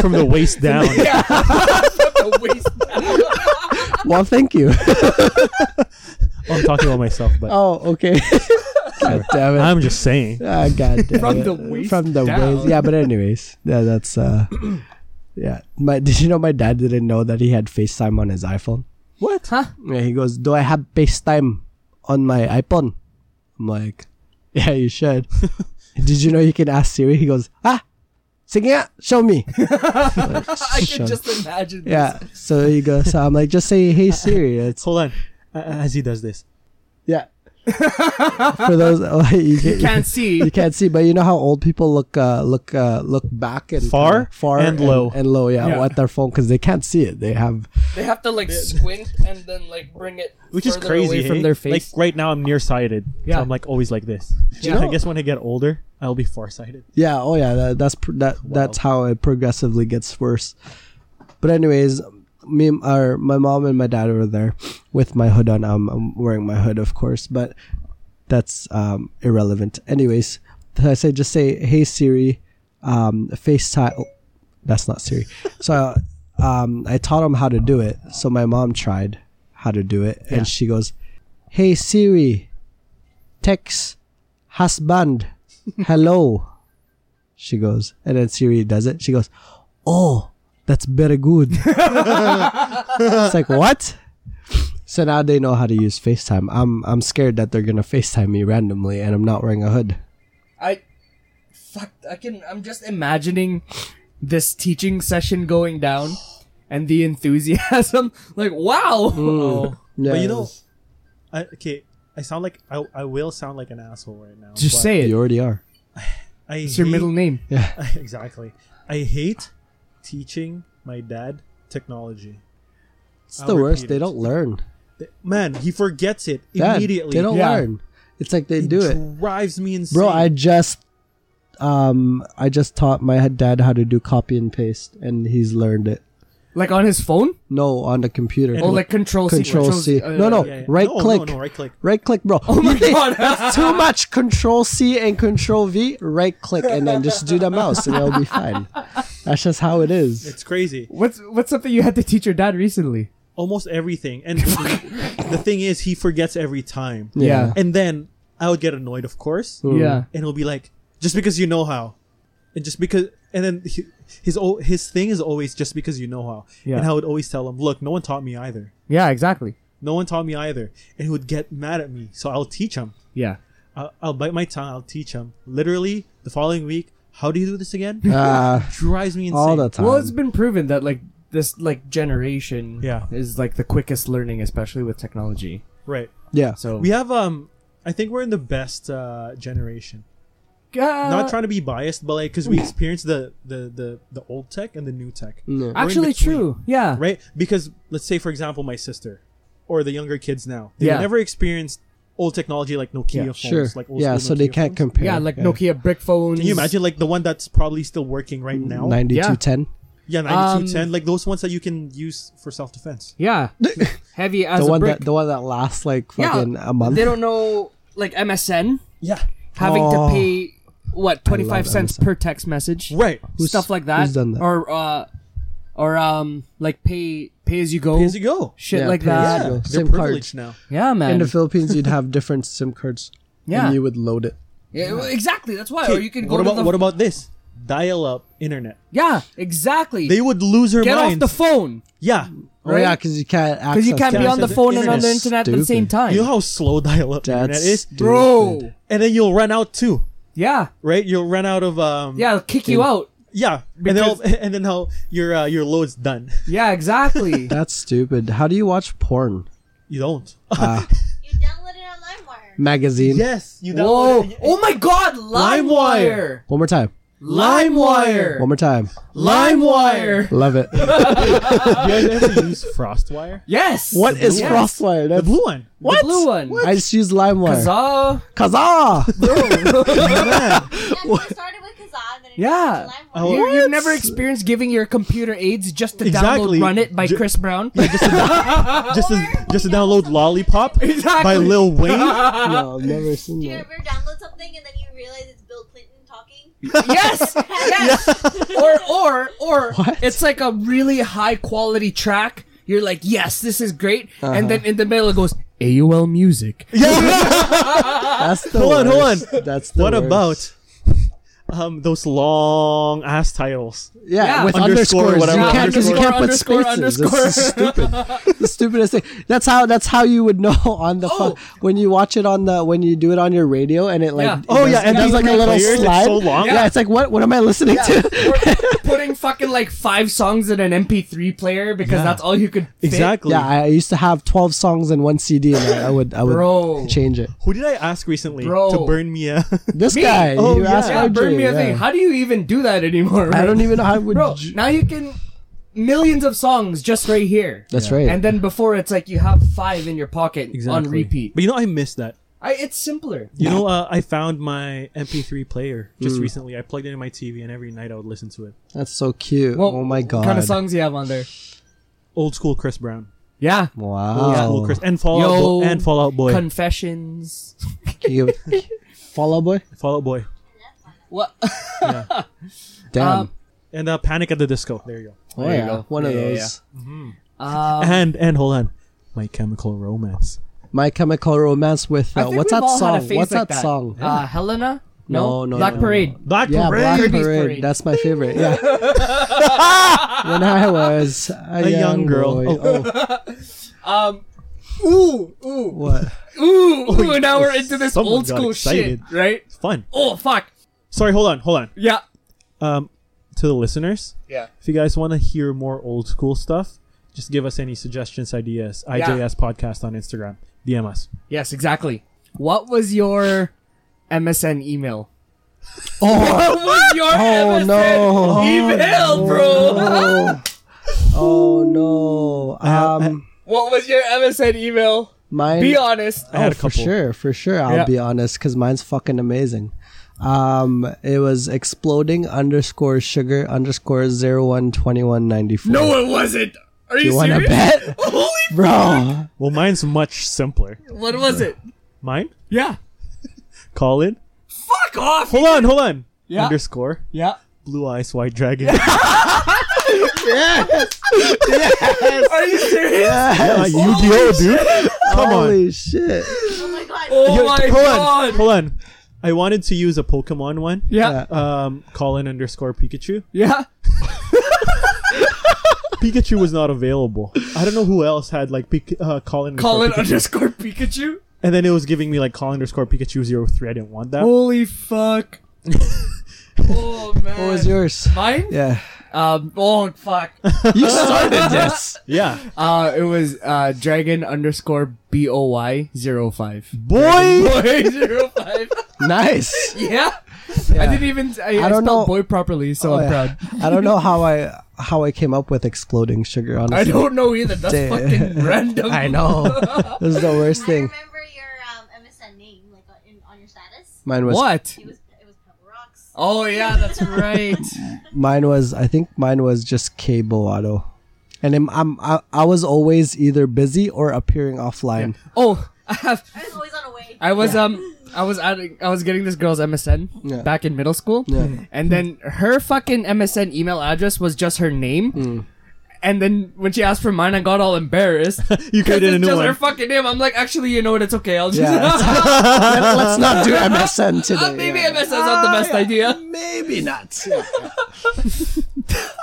From the waist down.
Yeah. The waist-
well, thank you.
Oh, I'm talking about myself, but
Oh, okay. God damn it.
I'm just saying.
Ah, God damn
From
it.
the waist
From the
down.
waist. Yeah, but anyways, yeah, that's uh, yeah. My did you know my dad didn't know that he had FaceTime on his iPhone?
What? Huh?
Yeah, he goes, "Do I have FaceTime on my iPhone?" I'm like, "Yeah, you should." did you know you can ask Siri? He goes, "Ah, sige nga, show me."
I can just imagine. This.
yeah. So he goes. So I'm like, just say, "Hey Siri." It's
Hold on. Uh, As he does this,
yeah. For those you,
You can't see.
you can't see, but you know how old people look uh, look uh, look back and
Far
kinda far
and low.
and low, yeah,
Yeah.
at their phone because they can't see it. They have
They have to like squint and then like bring it
which is
further
crazy
away
hey?
from their face.
Like right now, I'm nearsighted.
Yeah.
So I'm like always like this.
you
I
know-
guess when I get older, I'll be farsighted.
yeah, oh yeah, that, that's pr- that that's how it progressively gets worse. But anyways, me and- or my mom and my dad were there with my hood on. I'm, I'm wearing my hood, of course, but that's um, irrelevant. Anyways, I say just say, "Hey Siri, um, FaceTime." Oh, that's not Siri. So um, I taught him how to do it. So my mom tried how to do it, and she goes, "Hey Siri, text husband, hello." she goes, and then Siri does it. She goes, "Oh, that's very good." it's like what? So now they know how to use FaceTime. I'm I'm scared that they're gonna FaceTime me randomly, and I'm not wearing a hood.
I fuck I can I'm just imagining this teaching session going down and the enthusiasm like wow
Yeah,
But you know, I, okay, I sound like I, I will sound like an asshole right now.
just
but
say it
you already are.
I
it's your
hate-
middle name
exactly. I hate teaching my dad technology.
It's
I'll
the worst.
repeat
They
it.
don't learn.
Th- Man, he forgets it
Dad,
immediately.
they don't
Yeah.
learn. It's like they do it,
drives me insane.
bro. I just um I just taught my dad how to do copy and paste, and he's learned it.
like on his phone
No, on the computer.
or like control C
Control C.
uh,
No, no.
Yeah, yeah.
Right
No, no,
click.
no, right click.
Right click, bro.
Oh my god
That's too much. Control C and Control V, right click, and then just do the mouse, and it'll be fine. That's just how it is.
It's crazy.
what's what's something you had to teach your dad recently
Almost everything. And the thing is, he forgets every time.
Yeah.
And then I would get annoyed, of course.
Mm.
yeah
and he'll be like, just because you know how, and just because, and then he, his o- his thing is always just because you know how,
Yeah.
and I would always tell him, look, no one taught me either,
yeah exactly
no one taught me either, and he would get mad at me, so I'll teach him,
yeah
I'll, I'll bite my tongue, I'll teach him. Literally, the following week, how do you do this again?
Uh,
Drives me insane.
all the time.
well it's been proven that like this like generation
Um, Yeah.
is like the quickest learning especially with technology
right.
yeah.
so
We have um, I think we're in the best uh generation.
Uh,
Not trying to be biased, but like because we experienced the the the the old tech and the new tech.
No.
in
actually
between.
true yeah
right? Because let's say, for example, my sister or the younger kids now, they
Yeah.
never experienced old technology like Nokia
Yeah,
phones.
Sure.
Like old
Yeah.
school
So they
Nokia
can't
phones.
compare.
Yeah, like Nokia brick phones.
Can you imagine like the one that's probably still working right now?
Ninety-two ten.
yeah,
Um,
ninety-two ten, like those ones that you can use for self-defense.
Yeah, heavy as
The
a
one
brick.
that the one that lasts like fucking a month.
They don't know like MSN.
Yeah,
having
Oh.
to pay what twenty five cents
Amazon.
per text message,
Right.
stuff like that,
who's done that?
or uh, or um, like pay pay as you go,
Pay as you go.
shit
Yeah,
like
pay as
that.
you
Yeah,
go.
they're
Same
privileged now.
Yeah, man.
In the Philippines, you'd have different SIM cards.
yeah.
And you would load it.
yeah, well, exactly. That's why. or you could go
what
to
about
the
what about this? Dial up internet.
yeah, exactly.
They would lose their
Get off
minds.
the phone
yeah.
Oh yeah, because you can't access.
because you can't be
Access
on the
to the
phone and
internet.
on the internet at the
Stupid.
same time,
You know how slow dial up internet
That's
is?
stupid.
bro.
And then you'll run out too.
Yeah,
Right? You'll run out of um
yeah. I'll kick you out.
Yeah. And then all- and then how your uh, your load's done.
Yeah, exactly.
That's stupid. How do you watch porn?
You don't.
Uh,
You download it on LimeWire.
Magazine.
yes, you
Whoa!
download it.
Oh my God! LimeWire.
LimeWire.
One more time.
LimeWire.
One more time.
LimeWire.
Love it.
Do you guys ever use Frostwire?
Yes.
what is
Yes.
Frostwire?
The
That's,
blue one.
The blue one.
I just use LimeWire.
Kazaa.
Kazaa.
Yeah, 'cause it started with Kazaa and then it
Yeah.
turned to
Oh,
LimeWire.
You,
What?
you've never experienced giving your computer AIDS just to
Exactly.
download Run It by
Ju-
Chris Brown?
Just to, just to download Lollipop
Exactly.
by Lil Wayne.
no, I've never seen
Do you
that.
ever download something and then you realize it's Bill Clinton talking?
yes! Yes! Or, or, or, it's like a really high quality track. You're like, yes, this is great. And then in the middle it goes, AOL Music.
That's the
Hold on, hold
worst.
on.
That's the
What
worst.
about um those long ass titles?
Yeah,
Yeah.
with
Underscore,
underscores.
whatever,
You can't because you can't put
underscore,
spaces.
underscore,
It's stupid. the stupidest thing. That's how. That's how you would know on the phone
Oh.
when you watch it on the when you do it on your radio and it like.
Yeah.
it
Oh,
does-
yeah,
it
and
does
these
like a little
players, it's
slide.
so long.
Yeah. it's like what? What am I listening to?
Or putting fucking like five songs in an MP3 player because that's all you could fit.
Exactly.
yeah, I I used to have twelve songs in one CD, and I, I would I would
Bro.
change it.
Who did I ask recently
Bro.
to burn me a?
This
Me?
guy,
Oh,
you
yeah.
asked
Yeah,
RJ,
burn me a thing.
yeah.
How do you even do that anymore?
I
right?
don't even know how I would.
Bro, now you can millions of songs just right here.
That's right.
And then before it's like you have five in your pocket on
Exactly.
repeat.
But you know, I missed that.
I, it's simpler.
You know, uh, I found my MP3 player
Hmm.
just recently. I plugged it in my TV, and every night I would listen to it.
That's so cute.
Well,
oh my god.
What kind of songs you have on there?
Old school Chris Brown.
Yeah.
Wow.
Old school Chris and Fallout
Yo.
Bo- and Fallout Boy.
Confessions.
You- Fall Out Boy.
Fallout Boy.
What?
Damn.
Um,
And uh, Panic at the Disco. There you go.
oh
there you
yeah,
go.
one of
Yeah, yeah,
those.
Um,
and and hold on, My Chemical Romance.
My Chemical Romance with
I
uh,
think
what's
we've
that
all had a
song?
phase
What's
like
that, song?
Uh, Helena?
No, no,
Black
no, no,
Parade.
Black
yeah,
Parade.
Black
Kirby's
Parade.
Parade.
That's my favorite. Yeah. when I was a,
a young girl.
boy.
Oh,
Ooh, ooh,
What? Oh,
ooh, ooh. Now we're into this
someone
old
got
school
excited.
shit, right?
fun.
Oh, fuck.
Sorry, hold on, hold on.
Yeah.
Um, to the listeners,
Yeah.
if you guys want to hear more old school stuff, just give us any suggestions, ideas. IJS podcast on Instagram. DM us.
Yes, exactly. What was your MSN email?
Oh,
What was your
oh no!
MSN email, bro?
Oh, oh no! Um,
What was your MSN email?
mine.
Uh, Be honest.
I
Oh,
had a couple.
For sure, for sure. I'll
Yeah.
be honest, because mine's fucking amazing. Um, it was exploding underscore sugar underscore zero one twenty one ninety four.
No, it wasn't. Are you,
you want to
serious?
bet,
Holy
bro?
Well, mine's much simpler.
f- What was it?
Mine?
Yeah.
Call in.
Fuck off.
Hold on, hold on.
Yeah.
Underscore.
Yeah.
Blue eyes, white dragon.
Are you serious?
yeah, Ah, Yu-Gi-Oh, dude. Come on.
Holy shit!
Oh my god.
Oh my
hold on,
god.
hold on. I wanted to use a Pokemon one.
Yeah.
Um, call in underscore Pikachu.
Yeah.
Pikachu was not available. I don't know who else had like Pik- uh, call in.
Call it
underscore
underscore
Pikachu.
Pikachu.
And then it was giving me like call underscore Pikachu 03. I didn't want that.
Holy fuck. oh man.
What was yours?
Mine?
Yeah,
Um. Oh fuck.
you started this.
Yeah.
Uh, it was uh, dragon underscore b o y zero five.
Boy!
Boy zero five.
Nice.
Yeah. I didn't even. I, I,
don't know.
spelled boy properly, so
Oh,
I'm
yeah.
proud.
I don't know how I how I came up with exploding sugar. Honestly,
I don't know either. That's
Damn.
fucking random.
I know. this is the worst
I
thing.
remember your um, MSN name, like uh, in, on your status.
Mine was
What?
It was it was Pebble Rocks.
Oh yeah, that's right.
mine was I think mine was just K Boato. And I'm, I'm I, I was always either busy or appearing offline.
oh, I have.
I was always on a way.
I was um. I was adding, I was getting this girl's MSN
Yeah.
back in middle school,
Yeah.
and then her fucking MSN email address was just her name.
Mm.
And then when she asked for mine, I got all embarrassed.
You
Because
created a
it's
new
just her
one.
fucking name. I'm like, actually, you know what? It's okay. I'll just
Yeah. Let, us not do MSN today.
Uh, maybe
yeah.
MSN's not the best idea.
Maybe not. Yeah.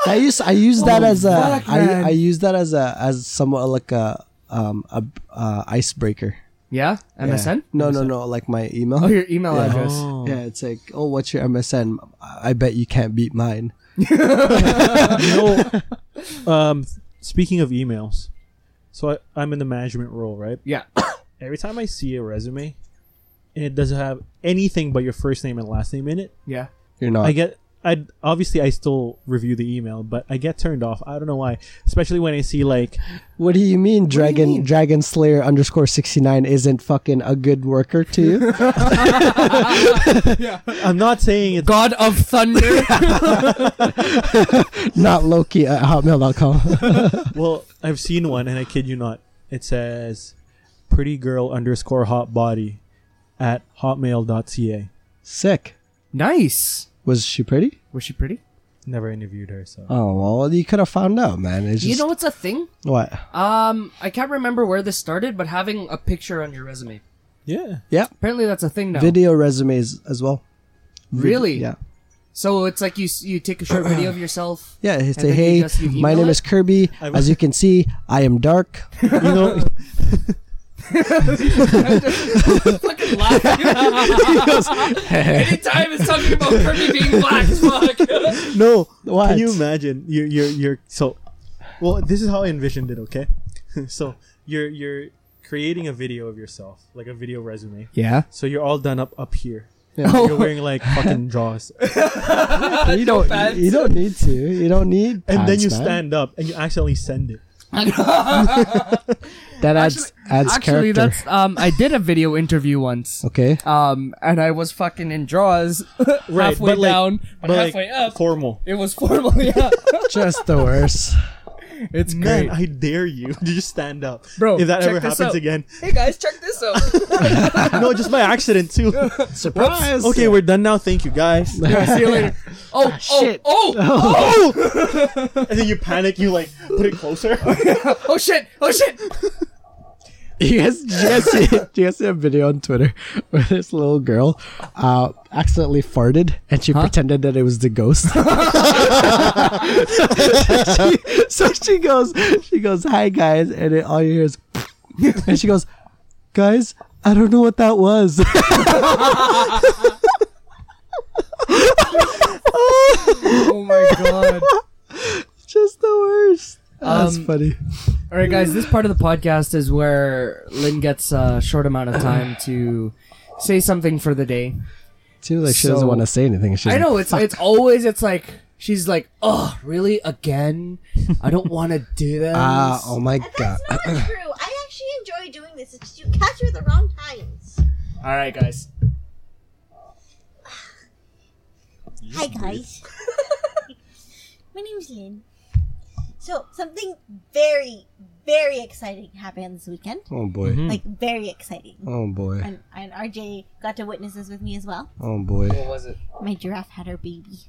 I use I use that as a
fuck,
I,
man.
I use that as a as somewhat like a um a uh, icebreaker.
Yeah,
Yeah.
MSN.
No, no, no. Like my email.
Oh, your email
Yeah.
address.
Oh.
Yeah, it's like, oh, what's your MSN? I I bet you can't beat mine.
You know, um, speaking of emails, so I, I'm in the management role, right?
Yeah.
Every time I see a resume and it doesn't have anything but your first name and last name in it,
Yeah.
You're not.
I get I obviously I still review the email, but I get turned off. I don't know why, especially when I see like
what do you mean, Dragon Dragon Slayer underscore sixty nine isn't fucking a good worker to you?
I'm not saying it's
God of Thunder.
not Loki at hotmail.com.
well. I've seen one, and I kid you not, it says pretty girl underscore hot body at hotmail.ca.
Sick.
nice.
Was she pretty?
Was she pretty?
Never interviewed her, so
Oh well, you could have found out, man. It's just
you know what's a thing?
what?
Um, I can't remember where this started, but having a picture on your resume.
yeah.
Yeah,
Apparently, that's a thing now.
video resumes as well. Vid-
Really?
Yeah.
So it's like you s- you take a short video of yourself.
Yeah, he say,
then you
"Hey,
just- you
my
email
name
it?
is Kirby.
I-
As you can see, I am dark.
You know,
Fucking laughing. Anytime it's talking about Kirby being black as fuck.
no.
What?
Can you imagine? You're you're you're so. Well, this is how I envisioned it. Okay, so you're you're creating a video of yourself, like a video resume.
Yeah.
So you're all done up up here.
Yeah.
You're wearing like fucking draws,
you don't.
pants.
You don't need to. You don't need.
and then
pants,
you
man.
stand up and you accidentally send it.
That adds adds
Actually,
character.
that's um. I did a video interview once.
okay.
Um, and I was fucking in draws
Right,
halfway
but, like-
down, but,
But,
halfway
like,
up.
Formal.
it was formal. Yeah.
Just the worst.
it's
Man,
great.
I dare you to just stand up,
Bro,
If that
check
ever
this
happens
out.
again,
hey guys, check this out.
no, just by accident too.
Surprise.
okay, we're done now. Thank you, guys. and
Yeah, see you later. Oh, oh,
shit.
oh,
Oh! then you panic. You like put it closer.
oh shit, oh shit.
You guys, do you guys see? Do you guys see a video on Twitter where this little girl uh, accidentally farted and she pretended that it was the ghost? She- so she goes, she goes, "Hi guys," and it, all you hear is, and she goes, "Guys, I don't know what that was."
Oh my god.
Just the worst. Ah, That's
Um,
funny.
All right, guys, this part of the podcast is where Lynn gets a short amount of time to say something for the day.
Seems like she doesn't
so-
want to say anything. She's
I
like,
know it's it's always it's like she's like, oh, really again? I don't want to do this.
Ah, oh my god.
That's not true. I actually enjoy doing this. It's just you catch her at the wrong times.
All right, guys.
Hi guys. My name's Lynn. So something very, very exciting happened this weekend.
Oh boy.
Mm-hmm. Hmm.
Like very exciting.
Oh boy.
And, and RJ got to witness this with me as well.
Oh boy.
What was it?
My giraffe had her baby.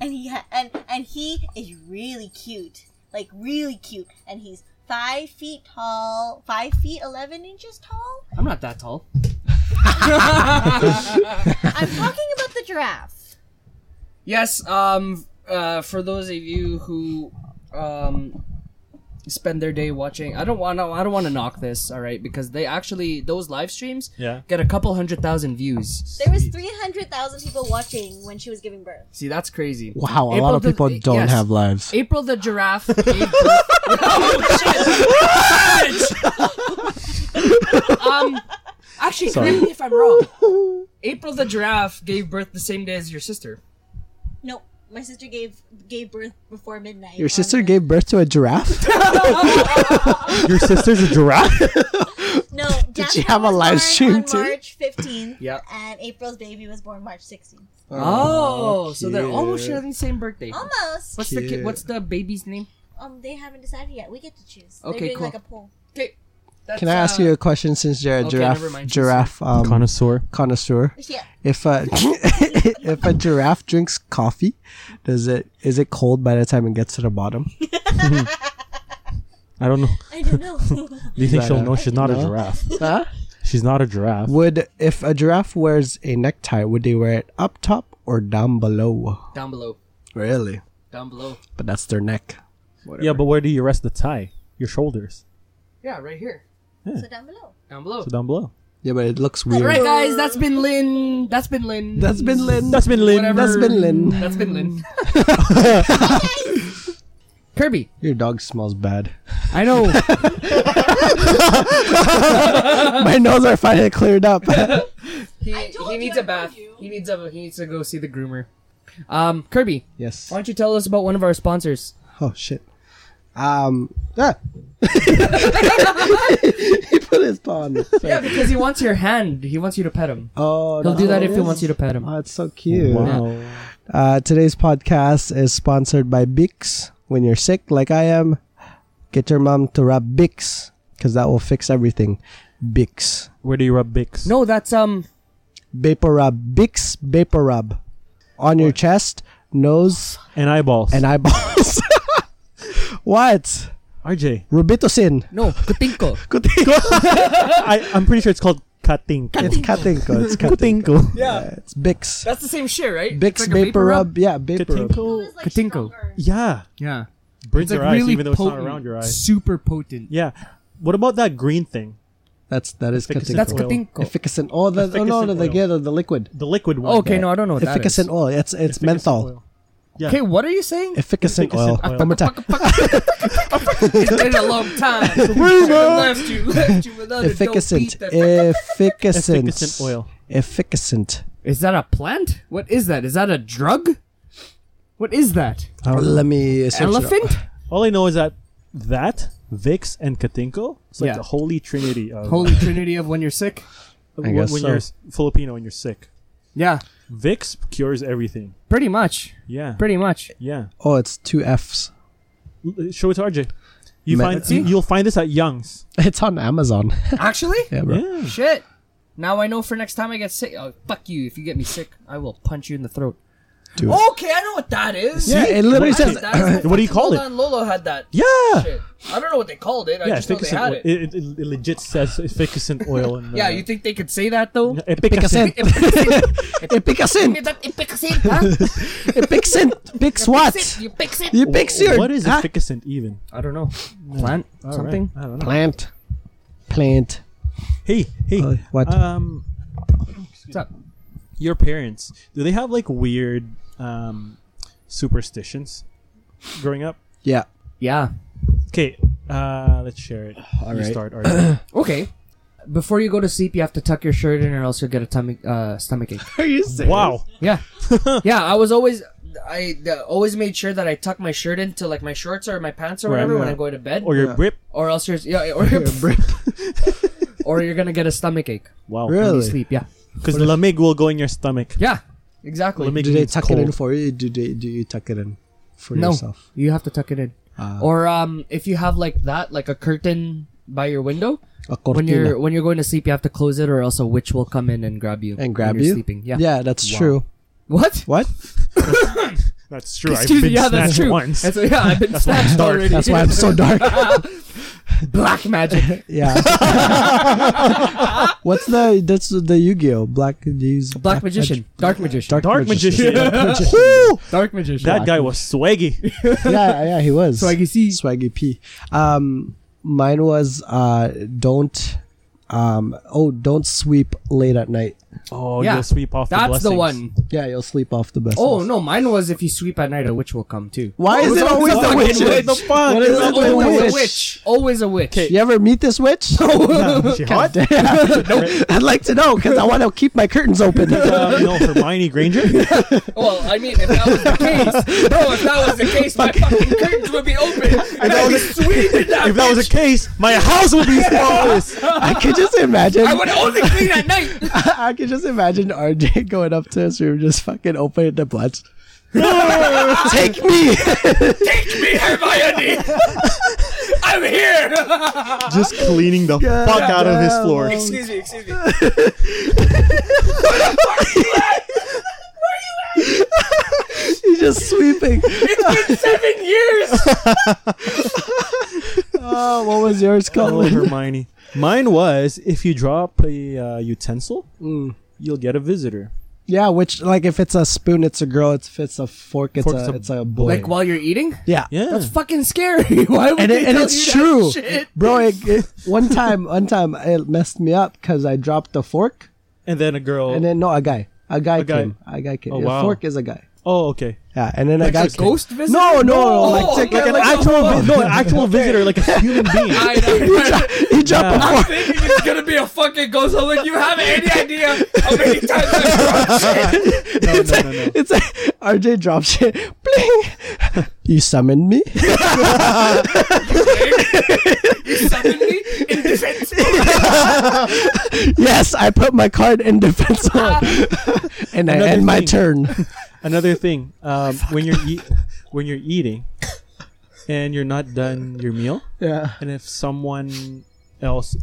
and he ha- and and he is really cute, like really cute. And he's five feet tall, five feet eleven inches tall.
I'm not that tall.
I'm talking about the giraffe.
Yes, um, uh, for those of you who, um, spend their day watching, I don't want to, I don't want to knock this, all right, because they actually those live streams
Yeah.
get a couple hundred thousand views.
There was three hundred thousand people watching when she was giving birth.
See, that's crazy.
Wow, a
April
lot of
does-
people
yes.
don't have lives.
April the giraffe. gave birth- Oh, shit! um, actually, correct me if I'm wrong. April the giraffe gave birth the same day as your sister.
No, my sister gave gave birth before midnight.
Your
on
sister
the-
gave birth to a giraffe?
Your sister's a giraffe.
No, did
she have a live stream too?
March fifteenth.
Yeah.
And April's baby was born March sixteenth.
Oh, so they're
cute.
almost sharing the same birthday.
Oh. Almost.
What's the kid?
Cute.
What's the baby's name?
Um, they haven't decided yet. We get to choose.
Okay,
They're doing
cool.
like a poll.
Okay. That's,
Can I ask
uh,
you a question since you're a
okay, never
giraffe
mind,
giraffe um,
Connoisseur.
connoisseur?
Yeah.
If a if a giraffe drinks coffee, does it is it cold by the time it gets to the bottom?
I don't know.
I don't know.
Do you think
that
she'll
a-
know she's not a
No.
giraffe?
Huh?
She's not a giraffe.
Would if a giraffe wears a necktie, would they wear it up top or down below?
down below,
Really?
down below.
But that's their neck.
Yeah, but where do you rest the tie? Your shoulders.
Yeah, right here,
so down below.
down below.
So down below.
Yeah, but it looks weird.
All right, guys, that's been Lynn. That's been Lynn.
That's been Lynn.
That's been Lynn.
Whatever.
that's been Lynn.
That's been Lynn. Kirby,
Your dog smells bad.
I know.
My nose are finally cleared up.
He,
told
he
you,
needs
I
a bath.
told you.
He needs a he needs to go see the groomer. Um, Kirby,
yes.
why don't you tell us about one of our sponsors?
Oh shit. Um. Ah. he put his paw on. the-
Yeah, because he wants your hand. He wants you to pet him.
Oh,
He'll do that if he
no.
wants you to pet him.
Oh, it's so cute.
Wow.
Uh, today's podcast is sponsored by Bix. When you're sick, like I am, get your mom to rub Bix because that will fix everything. Bix.
Where do you rub Bix?
No, that's um.
Vapor rub. Bix vapor rub. On your chest, nose,
And eyeballs.
and eyeballs. what?
RJ.
Rubitocin.
No, Kutinko.
I, I'm pretty sure it's called cutting.
It's Katinko. It's Katinko.
Katinko.
Yeah, it's Bix.
That's the same shit, right?
Bix
It's like a
vapor, rub. Yeah, vapor rub.
Katinko.
It's like
Katinko.
stronger.
Yeah.
Yeah,
Burns your eyes even though it's not around your eyes.
super potent.
Yeah. What about that green thing?
That's that is
Efficacent.
Katinko.
That's
Oil.
Katinko.
efficacent. Oh, the oh, no, no,
Efficacent
the
oil.
yeah, the, the liquid.
The liquid one.
Oh, okay, no, I don't know what that is.
Efficacent oil. It's it's
Efficacent
menthol.
oil. Yeah.
Okay, what are you saying?
Efficacent oil.
Efficacent oil.
One more time.
It's been a long time. left you, left you without a dope
Efficacent.
beat that-
Efficacent.
Efficacent oil.
Efficacent.
Is that a plant? What is that? Is that a drug? What is that?
Let me. search it up.
Elephant?
All I know is that that Vix and Katinko. It's like
Yeah.
the holy trinity of
Holy Trinity of when you're sick?
when,
guess
when
so.
you're s- Filipino and you're sick.
Yeah,
Vix cures everything.
pretty much.
Yeah.
Pretty much.
yeah.
Oh, it's two Fs.
L- Show it to RJ. You
Me-
find you- you'll find this at Young's.
It's on Amazon.
Actually?
yeah, bro.
Yeah.
Shit. Now I know for next time I get sick. Oh, fuck you. If you get me sick, I will punch you in the throat.
Do it.
Okay, I know what that is.
Yeah, it literally
What?
says.
That is
What do you
Hold
call it?
on, Lolo had that
Yeah.
shit. I don't know what they called it. I
Yeah,
just know they
efficacent
had
oil.
it.
It, it- it legit says efficacent oil. And,
Yeah, you think they could say that though?
efficacent.
Efficacent. Efficacent.
That epixin, huh?
Efficacent. Pix what?
You fix it.
You pix your.
What is
huh?
efficacent even?
I don't know. Plant
All right.
something.
I don't know.
Plant. Plant.
Hey, hey.
Uh, what?
Um,
What's up?
your parents do they have like weird um superstitions growing up?
Yeah.
Yeah.
Okay, uh, let's share it.
All
you
right.
start. Arjun.
Okay. Before you go to sleep, you have to tuck your shirt in, or else you'll get a tummy uh, stomach ache.
Are you serious?
wow.
Yeah, yeah. I was always I uh, always made sure that I tuck my shirt into like my shorts or my pants or
Right.
whatever when
Yeah.
I go to bed,
Or your
Yeah.
grip.
or else you're yeah, or you're, or you're gonna get a stomach ache
Wow.
when you
Really?
sleep. Yeah,
Because lamig will go in your stomach.
yeah. Exactly.
Lamig
Do they
means
tuck it in
cold.
for you? Do they? Do you tuck it in for
no,
yourself?
you have to tuck it in.
Ah.
or um, if you have like that, like a curtain by your window,
A
when
cortina.
you're when you're going to sleep, you have to close it, or else a witch will come in and grab you
and
when
grab
you're
you.
Sleeping. Yeah.
that's
Wow.
true.
What?
What?
That's true.
Excuse
I've
me.
been
Yeah,
snatched
that's true.
once.
That's- yeah, I've been
why I'm
snatched
dark.
already.
That's why I'm so dark.
black magic.
yeah. What's the that's the Yu-Gi-Oh black these
Black magician. Dark magician.
Dark,
Dark magician.
Woo!
Dark magician.
that guy was swaggy.
yeah, yeah, he was.
Swaggy C.
Swaggy P. Um, mine was uh, don't, um, oh, don't sweep late at night.
Oh,
Yeah.
you'll sweep off. the
That's the,
blessings.
one.
Yeah, you'll sleep off the best.
Oh no, mine was if you sweep at night, a witch will come too.
Why is it always the
fucking
witch?
witch.
What the fuck? Oh,
What is it with the
Always
It's always
a
witch?
witch. Always a witch.
You ever meet this witch?
She hot?
I'd like to know because I want to keep my curtains open.
Uh, no, Hermione Granger.
Well, I mean, if that was the case, bro, if that was the case, my fucking curtains would be open. And I'd be sweeping that
if that was
bitch.
the case, my house would be spotless.
I could just imagine.
I would only clean at night.
I could just imagine RJ going up to his room, just fucking opening the blinds. Take me!
Take me, Hermione. I I'm here.
just cleaning the
God
fuck out of his
damn,
floor.
man.
excuse me, excuse me.
He's just sweeping.
It's been seven years.
Oh, what was yours,
Oh,
Colin?
Hermione. Mine was if you drop a uh, utensil,
Mm.
you'll get a visitor.
Yeah, which like if it's a spoon, it's a girl. It's, if it's a fork, it's
Fork's
a
a
it's a boy.
Like while you're eating,
yeah.
Yeah.
that's fucking scary. Why would
And,
they
it, and
tell
it's
you
true,
that shit?
bro. It, it, one time, one time, it messed me up because I dropped the fork,
and then a girl.
and then no, a guy, a guy
A guy.
came, a guy came.
Oh,
a
wow.
fork is a guy.
oh, okay.
Yeah, and then a
Like
guy
a
came.
ghost visitor?
No, no, no,
No,
like, like
like a-
an
like a
actual.
Oh,
no, an actual visitor, like a human being.
I know.
he dropped a
I'm thinking it's gonna be a fucking ghost. I'm like, you have any idea how many times I've dropped shit?
No, no, no, no.
It's like RJ drops shit. Bling. you summoned me.
You summoned me in defense.
yes, I put my card in defense on, and I
Another
end my
thing.
turn.
Another thing, um, when you're eat, when you're eating, and you're not done your meal,
Yeah,
and if someone else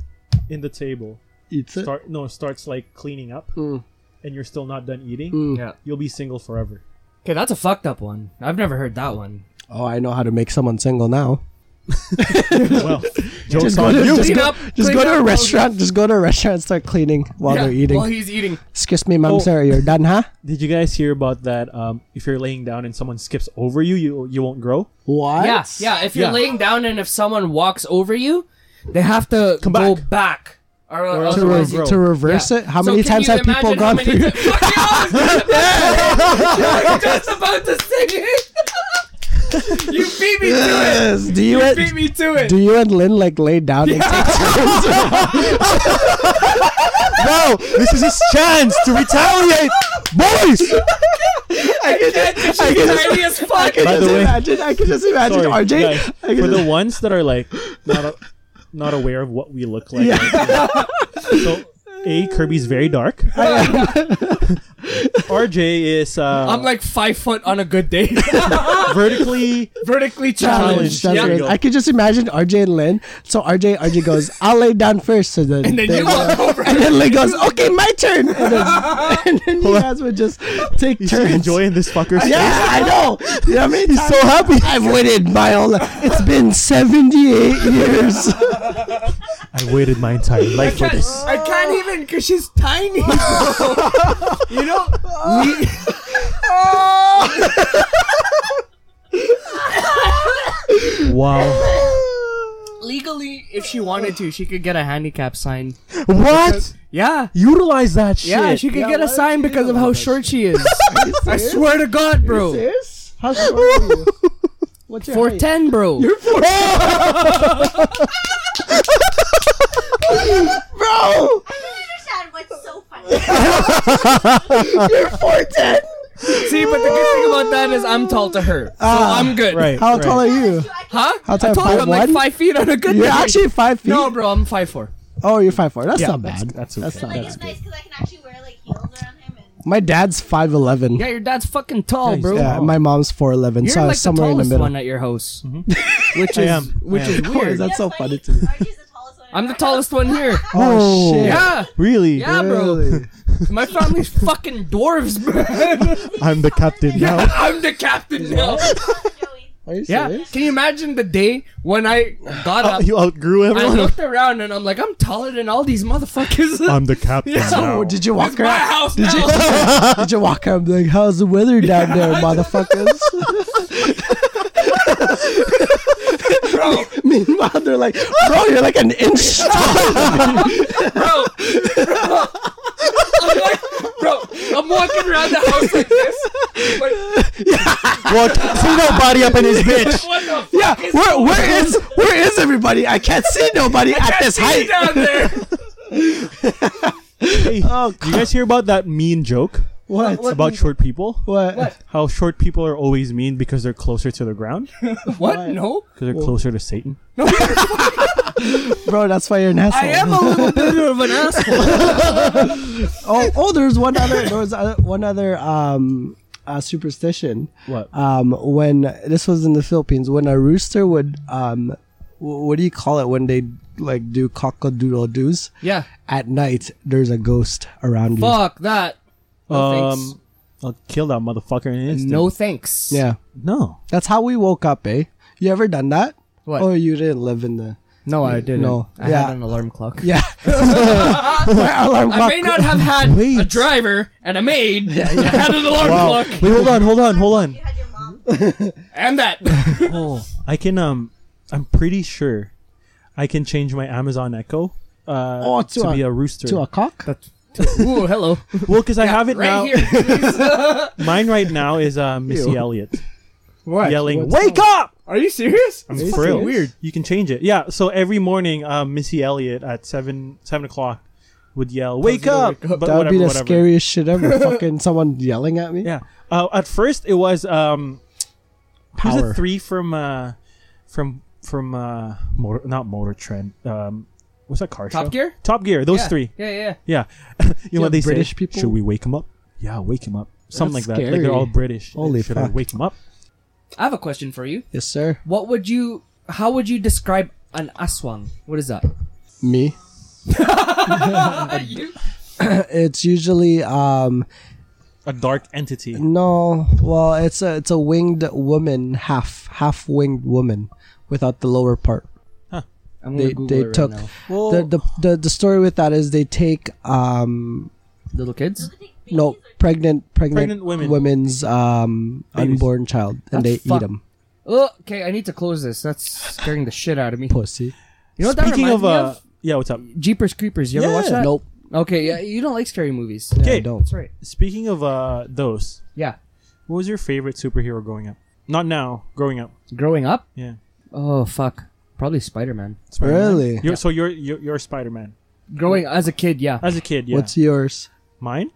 in the table
eats it.
start no starts like cleaning up,
Mm.
and you're still not done eating,
Mm.
Yeah.
you'll be single forever.
Okay, that's a fucked up one. I've never heard that one.
Oh, I know how to make someone single now.
well,
Just
jokes on
go to,
you.
just
Clean
go,
up,
just
clean
go to
up,
a
I'll-
restaurant. Just go to a restaurant and start cleaning while Oh, they're eating.
While he's eating.
Excuse me, ma'am,
Oh.
sir, you're done, huh?
Did you guys hear about that? Um, if you're laying down and someone skips over you, you you won't grow.
What?
Yeah, yeah. If you're
Yeah.
laying down and if someone walks over you, they have to go back. Or,
Or else
To, re-
otherwise,
Grow.
to reverse it, how
So
many
can
times
you
have people
imagine
gone
how
through?
many ti- Fuck you, I was just about- I was just about to sing it. You beat me to it.
Yes, do you
You
and,
beat me to it.
do you and Lynn like lay down and take turns?
No, this is his chance to retaliate, boys.
I can
She's
just, I can just,
tiny as
I
fuck.
can
By
just
the way-
imagine. I can just imagine
Sorry,
RJ.
guys,
I can
for
just,
the ones that are like not a, not aware of what we look like. so, a Kirby's very dark. RJ is uh,
I'm like ah! five foot on a good day.
vertically.
Vertically
challenge.
challenged.
That's
Yeah.
right. I can just imagine RJ and Lynn. So RJ, RJ goes, I'll lay down first. So then,
And then
they
you
go-
walk over.
and then Lynn goes, okay, my turn. And then, and then you guys would just take
You see
turns.
enjoying this fucker's
yeah,
face?
I know. You know what I mean? He's so happy. I've waited my whole life. It's been 78 years.
I waited my entire life for
can't,
this.
I can't even because she's tiny. you know, we-
Wow.
legally, if she wanted to, she could get a handicap sign.
What?
Yeah.
Utilize that shit.
Yeah, she could
Yeah,
get
why
a
would
sign
she
because
do
of
all
how
that
short she is. I swear to God, bro.
Serious? How short are you? What's your height?
410, bro.
Bro,
I don't understand what's so funny.
you're 4'10.
See, but the good thing about that is I'm tall to her. So I'm good.
Right.
How tall are
right.
you?
Huh?
Ah, How tall?
I told you, I'm like
5'1"?
five feet on a good
You're
day.
actually 5 feet.
No, bro, I'm five four.
Oh, you're 5'4. That's
Yeah,
not
that's-
bad.
that's okay.
not
Like
bad.
it's nice because I can actually wear like heels around him and
My dad's 5'11.
Yeah, your dad's fucking tall,
Nice.
bro.
Yeah, my mom's 4'11,
You're
so I
like
was
the
somewhere in the
tallest
middle.
one at your house, which
I
is
am, I
which
am.
is
Of
weird.
that's so funny to me.
Archie's the tallest one. in
I'm the
our
tallest one here.
Oh,
Oh, shit.
Yeah,
Really?
yeah, bro.
Really?
My family's fucking dwarves, bro.
I'm the captain
Yeah.
Oh.
now.
I'm the captain now.
house. Taller than Joey.
Are you
Yeah.
serious?
Can you imagine the day when I
Oh,
got up?
You outgrew
I
everyone.
looked around and I'm like, I'm taller than all these motherfuckers.
I'm the captain
Yeah.
now.
Oh, did you
it's
walk
my
around?
house
Did
now.
you, did you walk around and be like, how's the weather down there, motherfuckers?
bro,
Meanwhile, they're like, bro, you're like an inch tall.
bro, bro. I'm like, bro, I'm walking around the house like this. Like,
Well, can't see nobody up in his bitch.
what the fuck
Yeah,
is
where, where is where is everybody? I can't see nobody at
that
this
thing
height.
down there?
Oh,
Hey, you guys hear about that mean joke
What? What?
about short people?
What?
How short people are always mean because they're closer to the ground,
What? No,
because they're closer to Satan.
Bro, that's why you're an asshole.
I am a little bit of an asshole.
oh, oh, there's one other. There was other, one other um uh, superstition.
What?
Um, when this was in the Philippines, when a rooster would um wh- what do you call it when they like do cock-a-doodle doos
Yeah.
at night? There's a ghost around you.
Fuck that. No
um, I'll kill that motherfucker in an
thanks.
instant.
No thanks.
Yeah,
no.
that's how we woke up, eh? You ever done that?
What?
Oh, you didn't live in the
No, I didn't.
No.
I
Yeah.
had an alarm clock.
yeah. My alarm
I may
clock-
not have had a
Wait.
driver and a maid. I had an alarm
Wow.
clock
Wait, hold on, hold on, hold on.
You had your mom.
and that.
Oh, I can. Um, I'm pretty sure I can change my Amazon Echo. Uh,
Oh, to
to, be
a-
a rooster.
to a cock.
Ooh, hello.
well, because I have it
right
now.
here. please.
Mine right now is uh, Missy
Ew.
Elliott
what?
yelling,
What's
"Wake up!"
Are you serious?
I'm
Is it
thrilled.
weird?
You can change it. Yeah. So every morning, um, Missy Elliott at seven seven o'clock would yell, "Wake
you to
up!"
wake up.
But
that would be the
whatever, whatever.
scariest shit ever. Fucking someone yelling at me.
Yeah. Uh, at first, it was um, who's
Power.
the three from uh, from from uh, motor not motor trend. Um, what's that car
Top
show?
Gear?
Top Gear. Those
yeah.
three.
Yeah, yeah.
Yeah. you know
Yeah,
what they
British
say?
people?
Should we wake him up? Yeah, wake him up. Something
That's
like that. Like
scary.
they're all British.
Holy
Should I
fuck.
wake him up?
I have a question for you.
Yes, sir.
What would you? How would you describe an aswang? What is that?
Me. It's usually um
A dark entity.
no. Well, it's a it's a winged woman, half half winged woman, without the lower part.
I'm
They
Google
they
it right
took
now.
the, the the the story with that is they take um
little kids.
no pregnant pregnant,
Pregnant women.
women's um
Babies.
unborn child and
That's
they eat
fuck-
them.
Oh, okay, I need to close this. That's scaring the shit out of me.
Pussy.
You know what that
Speaking
reminds
of,
me
uh,
of?
yeah, what's up?
Jeepers Creepers. You ever
Yeah.
watch that?
Nope.
Okay, yeah, you don't like scary movies.
Yeah, I
Okay.
don't.
That's right.
Speaking of uh, those,
Yeah.
what was your favorite superhero growing up? Not now, growing up.
Growing up?
Yeah.
Oh fuck. Probably Spider Man.
Spider-Man.
Really?
You're, So you're you're, you're Spider Man
Growing as a kid, yeah.
as a kid. Yeah.
What's yours?
mine?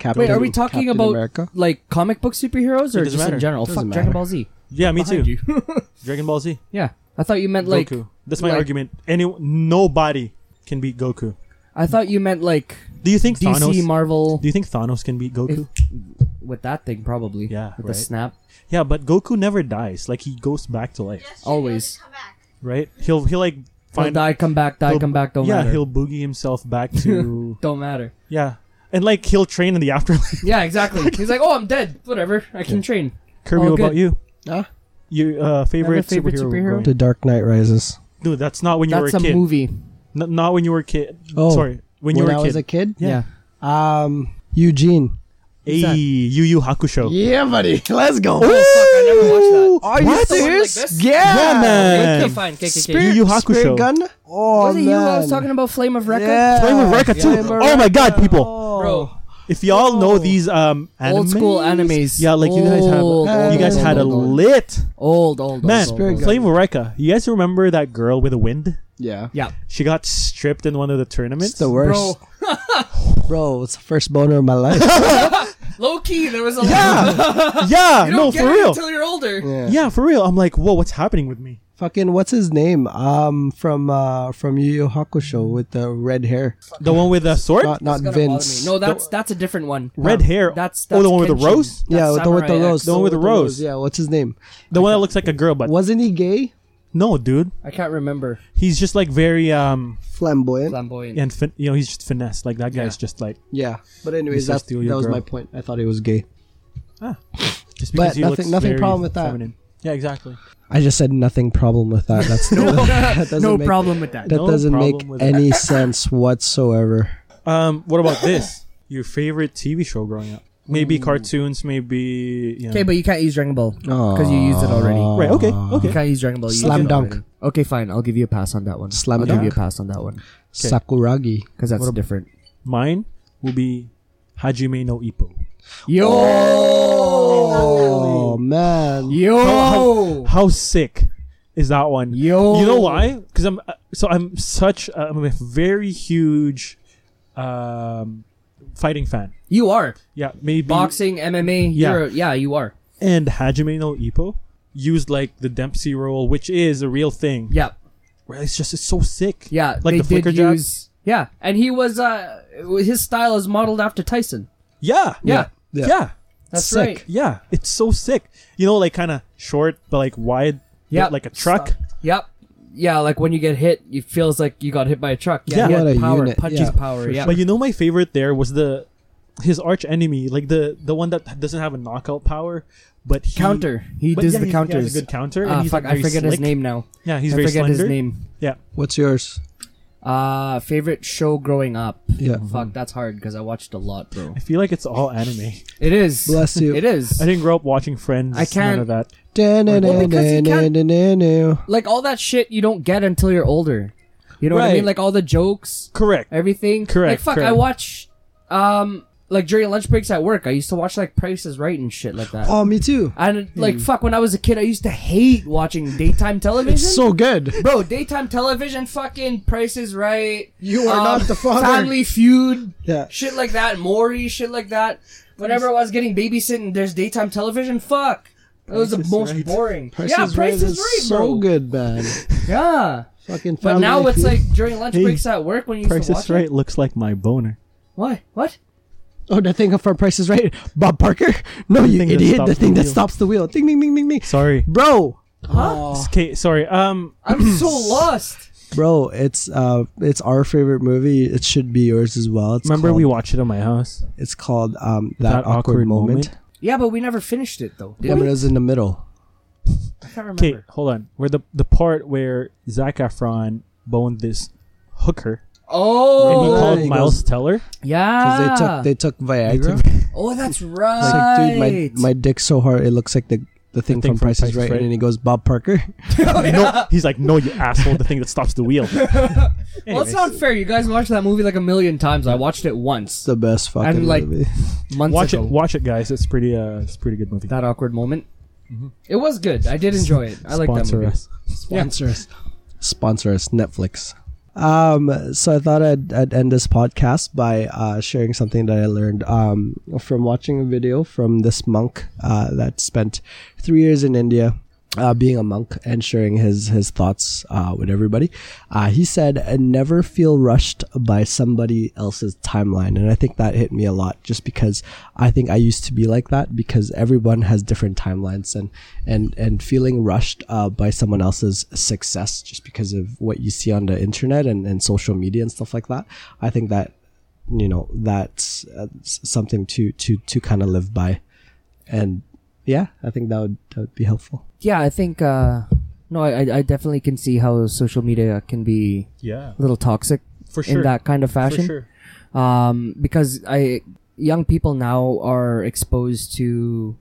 Captain.
Wait, are we talking
Captain
about
America?
like comic book superheroes or just
doesn't matter.
in general?
Doesn't
Fuck
matter.
Dragon Ball Z.
Yeah, me too.
Behind you.
Dragon Ball Z.
yeah. I thought you meant like
Goku. That's my
like-
argument. Any nobody can beat Goku.
I thought you meant like
Do you think
DC
Thanos?
Marvel
do you think Thanos can beat Goku?
with that thing probably.
Yeah,
With
right.
the snap.
yeah, but Goku never dies. Like he goes back to life,
Always.
Come back.
right? He'll he'll like
He'll
find
die, come back, die,
he'll-
come back, don't
yeah,
matter.
he'll boogie himself back to
Don't matter.
yeah, and like he'll train in the afterlife.
Yeah, exactly. He's like, Oh I'm dead. Whatever. I can train.
Kirby,
All
what about
good.
you?
Huh?
Your uh, favorite,
favorite superhero?
superhero? growing
The
up?
Dark Knight Rises.
Dude, that's not when you
That's
were
a
a kid.
movie.
N- not when you were a kid.
Oh,
sorry, when, you were
I
a
was a kid,
kid.
Yeah.
um, Eugene.
Hey,
that?
Yu Yu Hakusho.
Yeah, buddy. Let's go.
I never watched that.
Are you
What? The one like
serious?
this?
yeah.
Yeah, man.
Okay, fine. Okay, okay, okay.
Spirit,
Yu Yu Hakusho.
Spirit gun. Oh
Was it
man.
you I was talking about Flame of Record?
Yeah.
Flame of Recca too.
Flame of
oh my
Recca.
god, people!
Oh.
Bro,
If y'all know these um animes,
Old school animes.
yeah, like you guys
Old,
have,
old,
you guys
old,
had a
old, old.
lit
Old, old,
man.
old,
Spirit
old,
gun.
Flame of Recca. You guys remember that girl with the wind?
Yeah.
Yeah,
She got stripped in one of the
It's
tournaments.
the worst.
bro.
Bro. it's the first boner of my life.
Low key, there was a
yeah, yeah,
You don't
no,
get
for
it
real.
until you're older.
yeah.
Yeah, for real. I'm like, whoa, what's happening with me?
Fucking what's his name? Um, from uh, from Yu Yu Hakusho with the red hair.
The one with the sword,
Not not
It's gonna bother
Vince.
me. No, that's that's a different one.
Red
No,
hair.
That's, that's
Oh, the one with the
Kenshin.
rose?
yeah,
That's
the one with the
Samurai
rose.
X.
The one with the rose.
Yeah, what's his name?
the one that looks like a girl, but
Wasn't he gay?
no, dude.
I can't remember.
He's just like very um
Flamboyant.
Flamboyant.
and fin- you know he's just finesse. Like that guy's
Yeah.
just like
Yeah, but anyways,
Mr.
that's, that
Steal Your
was
Girl.
my point. I thought he was gay.
just
But
because
nothing-
he looks
nothing
very
problem with that.
feminine. Yeah, exactly.
I just said nothing problem with that. That's that doesn't
no
make,
problem with that.
That
No
doesn't
problem
make
with that.
any sense whatsoever.
Um, what about this? Your favorite TV show growing up? Maybe cartoons, maybe you know.
Okay, but you can't use Dragon Ball because you used it
Uh,
already.
right, okay,
You
okay.
can't use Dragon Ball. you used
Slam
it
dunk.
already. Okay, fine. I'll give you a pass on that one.
Slam
I'll
dunk.
give you a pass on that one
Sakuragi.
because that's different.
Mine will be Hajime no Ippo.
Yo,
Oh man.
yo,
How sick is that one?
yo.
You know why? Because I'm uh, so I'm such a, I'm a very huge um, fighting fan.
You are
Yeah, maybe
boxing, MMA.
Yeah.
you're, yeah, you are.
and Hajime no Ippo used like the Dempsey roll, which is a real thing.
Yeah,
Where it's just it's so sick.
yeah.
like
they
the flicker
did
jab.
use. Yeah, and he was uh, his style is modeled after Tyson.
Yeah,
Yeah,
yeah.
Yeah.
yeah.
that's
Sick.
right.
Yeah, it's so sick. You know, like kind of short, but like wide,
Yeah.
like a truck.
Yep. yeah, like when you get hit, it feels like you got hit by a truck. Yeah,
Yeah.
he had
What a
power,
unit.
punches
Yeah,
power. Yeah,
But you know, my favorite there was the his arch enemy, like the the one that doesn't have a knockout power, but he,
counter. He
but
does
yeah,
the
he- he has
counters.
a good counter.
Ah,
and he's
fuck,
like very
I forget his
slick.
name now.
Yeah, he's
I
very
forget
slender.
his name.
Yeah,
What's yours?
Uh, favorite show growing up.
Yeah.
Fuck, that's hard because I watched a lot, bro.
I feel like it's all anime.
It is.
Bless you.
It is.
I didn't grow up watching Friends.
I can't-
None of that.
because you can't-
Da-na-na-na-na-na.
Like all that shit you don't get until you're older. You know what I
Right.
mean? Like all the jokes,
Correct.
everything. Like
Correct,
fuck,
correct.
I watch. Um, like during lunch breaks at work, I used to watch like Prices Right and shit like that.
Oh, me too.
And like fuck, when I was a kid, I used to hate watching daytime television.
So good.
Bro, daytime television, fucking Price is Right.
You are
um,
not the father.
Family Feud,
Yeah.
shit like that. Maury, shit like that. Whenever I was getting babysitting, there's daytime television. Fuck, it was the
Price is
most
Right.
boring. yeah, Price is Right,
so
bro.
good, man.
Yeah,
Fucking.
but now
Family
it's
Feud.
like during lunch
Hey,
breaks at work when you used
Price
to watch
is Right looks like my boner.
it. What? What?
Oh, the thing for Price is Right, Bob Parker. No, you
thing that
idiot.
stops
The thing
the
that
wheel.
stops the wheel. Ding, ding, ding, ding, ding.
Sorry.
Bro,
Oh.
Okay, sorry. Um,
I'm so lost.
bro, it's uh, it's our favorite movie. It should be yours as well. It's
remember
called,
we watched it at my house.
It's called um, that, awkward, moment.
Yeah, but we never finished it though. Did
Yeah, but
we?
it was in the middle.
I can't remember.
Okay, hold on. Where the the part where Zac Efron boned this hooker and he
Oh,
called
he goes-
Miles Teller.
yeah.
Because
Ah.
they took they took Viagra.
oh, that's
It's
right.
like, dude, my my dick's so hard. It looks like the the thing, from, Price is Right. And then he goes, Bob Parker.
Oh,
No, he's like, no, you asshole, the thing that stops the wheel.
Well, it's
Anyways,
not fair. You guys watched that movie like a million times. I watched it
It's
once,
the best fucking
And, like,
movie.
months
watch it,
ago.
watch it, guys. It's pretty, uh, it's a pretty good movie.
that awkward moment. Mm-hmm. It was good. I did enjoy it. I like that
Sponsor
movie.
us.
Sponsor us. Sponsor us, Netflix. Um, so I thought I'd, I'd end this podcast by uh, sharing something that I learned um, from watching a video from this monk uh, that spent three years in India uh, being a monk and sharing his his thoughts uh, with everybody. Uh, he said, "And "Never feel rushed by somebody else's timeline," and I think that hit me a lot, just because I think I used to be like that because everyone has different timelines, and and and feeling rushed uh, by someone else's success just because of what you see on the internet and, and social media and stuff like that. I think that you know that's uh, s- something to to to kind of live by, and yeah, I think that would that would be helpful.
Yeah, I think. Uh, no, I, I definitely can see how social media can be
Yeah,
a little toxic
for sure.
in that kind of
for
fashion.
sure.
um, because I young people now are exposed to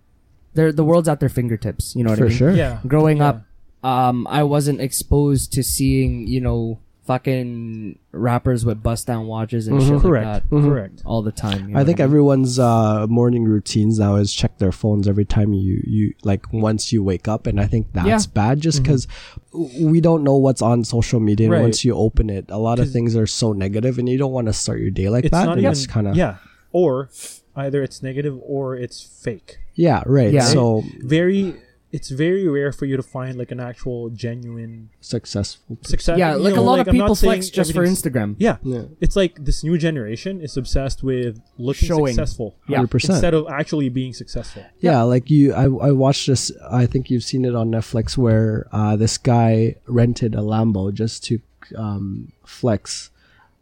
their the world's at their fingertips. You know what I mean?
Yeah,
Growing
Yeah.
up, um, I wasn't exposed to seeing you know fucking rappers with bust down watches and shit like
correct,
that Mm-hmm.
correct.
all the time. you know
I
what
think
mean?
everyone's uh, morning routines now is check their phones every time you you like once you wake up, and I think that's
Yeah.
bad just because we don't know what's on social media. And
Mm-hmm. Right.
once you open it, a lot of
'Cause-
things are so negative, and you don't want to start your day like
It's
that.
not
and
even
it's kind of yeah.
yeah, or either it's negative or it's fake.
right.
Yeah.
So
Very, it's very rare for you to find like an actual genuine
successful.
success.
Yeah,
you
like a
know,
lot of
like, I'm not
people
saying
flex just for
everything's-
Instagram.
Yeah.
Yeah.
It's like this new generation is obsessed with looking
Showing.
successful
Yeah.
100%.
instead of actually being successful.
Yeah, like you, I, I watched this. I think you've seen it on Netflix where uh, this guy rented a Lambo just to um, flex,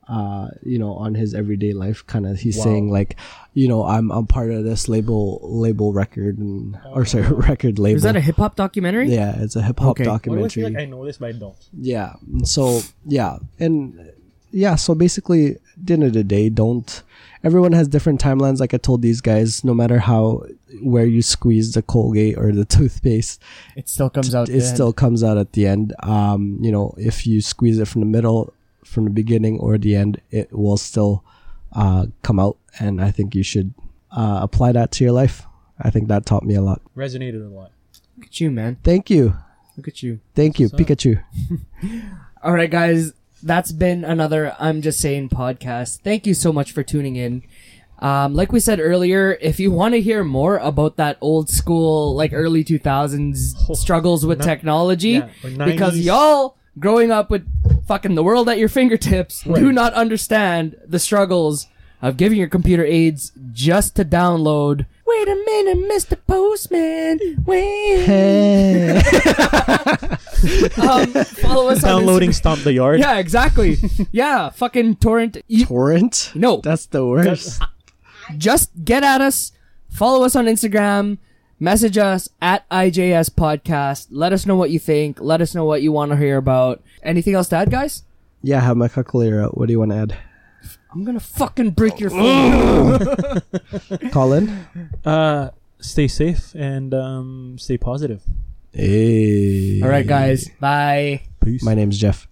uh, you know, on his everyday life. Kind of, he's saying like, you know, I'm I'm part of this label label record and or sorry record label.
Is that a hip hop documentary?
yeah, it's a hip hop
Okay. Why do I
Why do I feel
documentary.
like I know this, but I don't?
Yeah. and So yeah, and yeah. So basically, at the end of the day, don't. Everyone has different timelines. Like I told these guys, no matter how where you squeeze the Colgate or the toothpaste,
It still comes out.
it still comes out at the end. Um, you know, if you squeeze it from the middle, from the beginning, or the end, it will still uh, come out. And I think you should uh, apply that to your life. I think that taught me a lot.
Resonated a lot.
Look at you, man.
Thank you,
Look at you.
thank you,
What's up?
Pikachu.
All right, guys, that's been another I'm Just Saying podcast. Thank you so much for tuning in. Um, like we said earlier, if you want to hear more about that old school, like early 2000s struggles with
Ni-
technology,
yeah, or 90s.
because y'all growing up with fucking the world at your fingertips do not understand the struggles of giving your computer aids just to download. We Wait a minute, Mr. Postman. Wait.
Hey.
Um, follow us
Downloading
on Instagram.
Stomp the Yard.
Yeah, exactly. yeah, fucking torrent. You,
Torrent?
no,
That's the worst.
just get at us. Follow us on Instagram. Message us at IJS Podcast. Let us know what you think. Let us know what you want to hear about. Anything else to add, guys?
yeah, have my calculator out. What do you want to add?
I'm gonna fucking break your phone.
Colin?
Uh, stay safe and um, stay positive.
Hey.
All right, guys. Bye.
Peace.
My name's Jeff.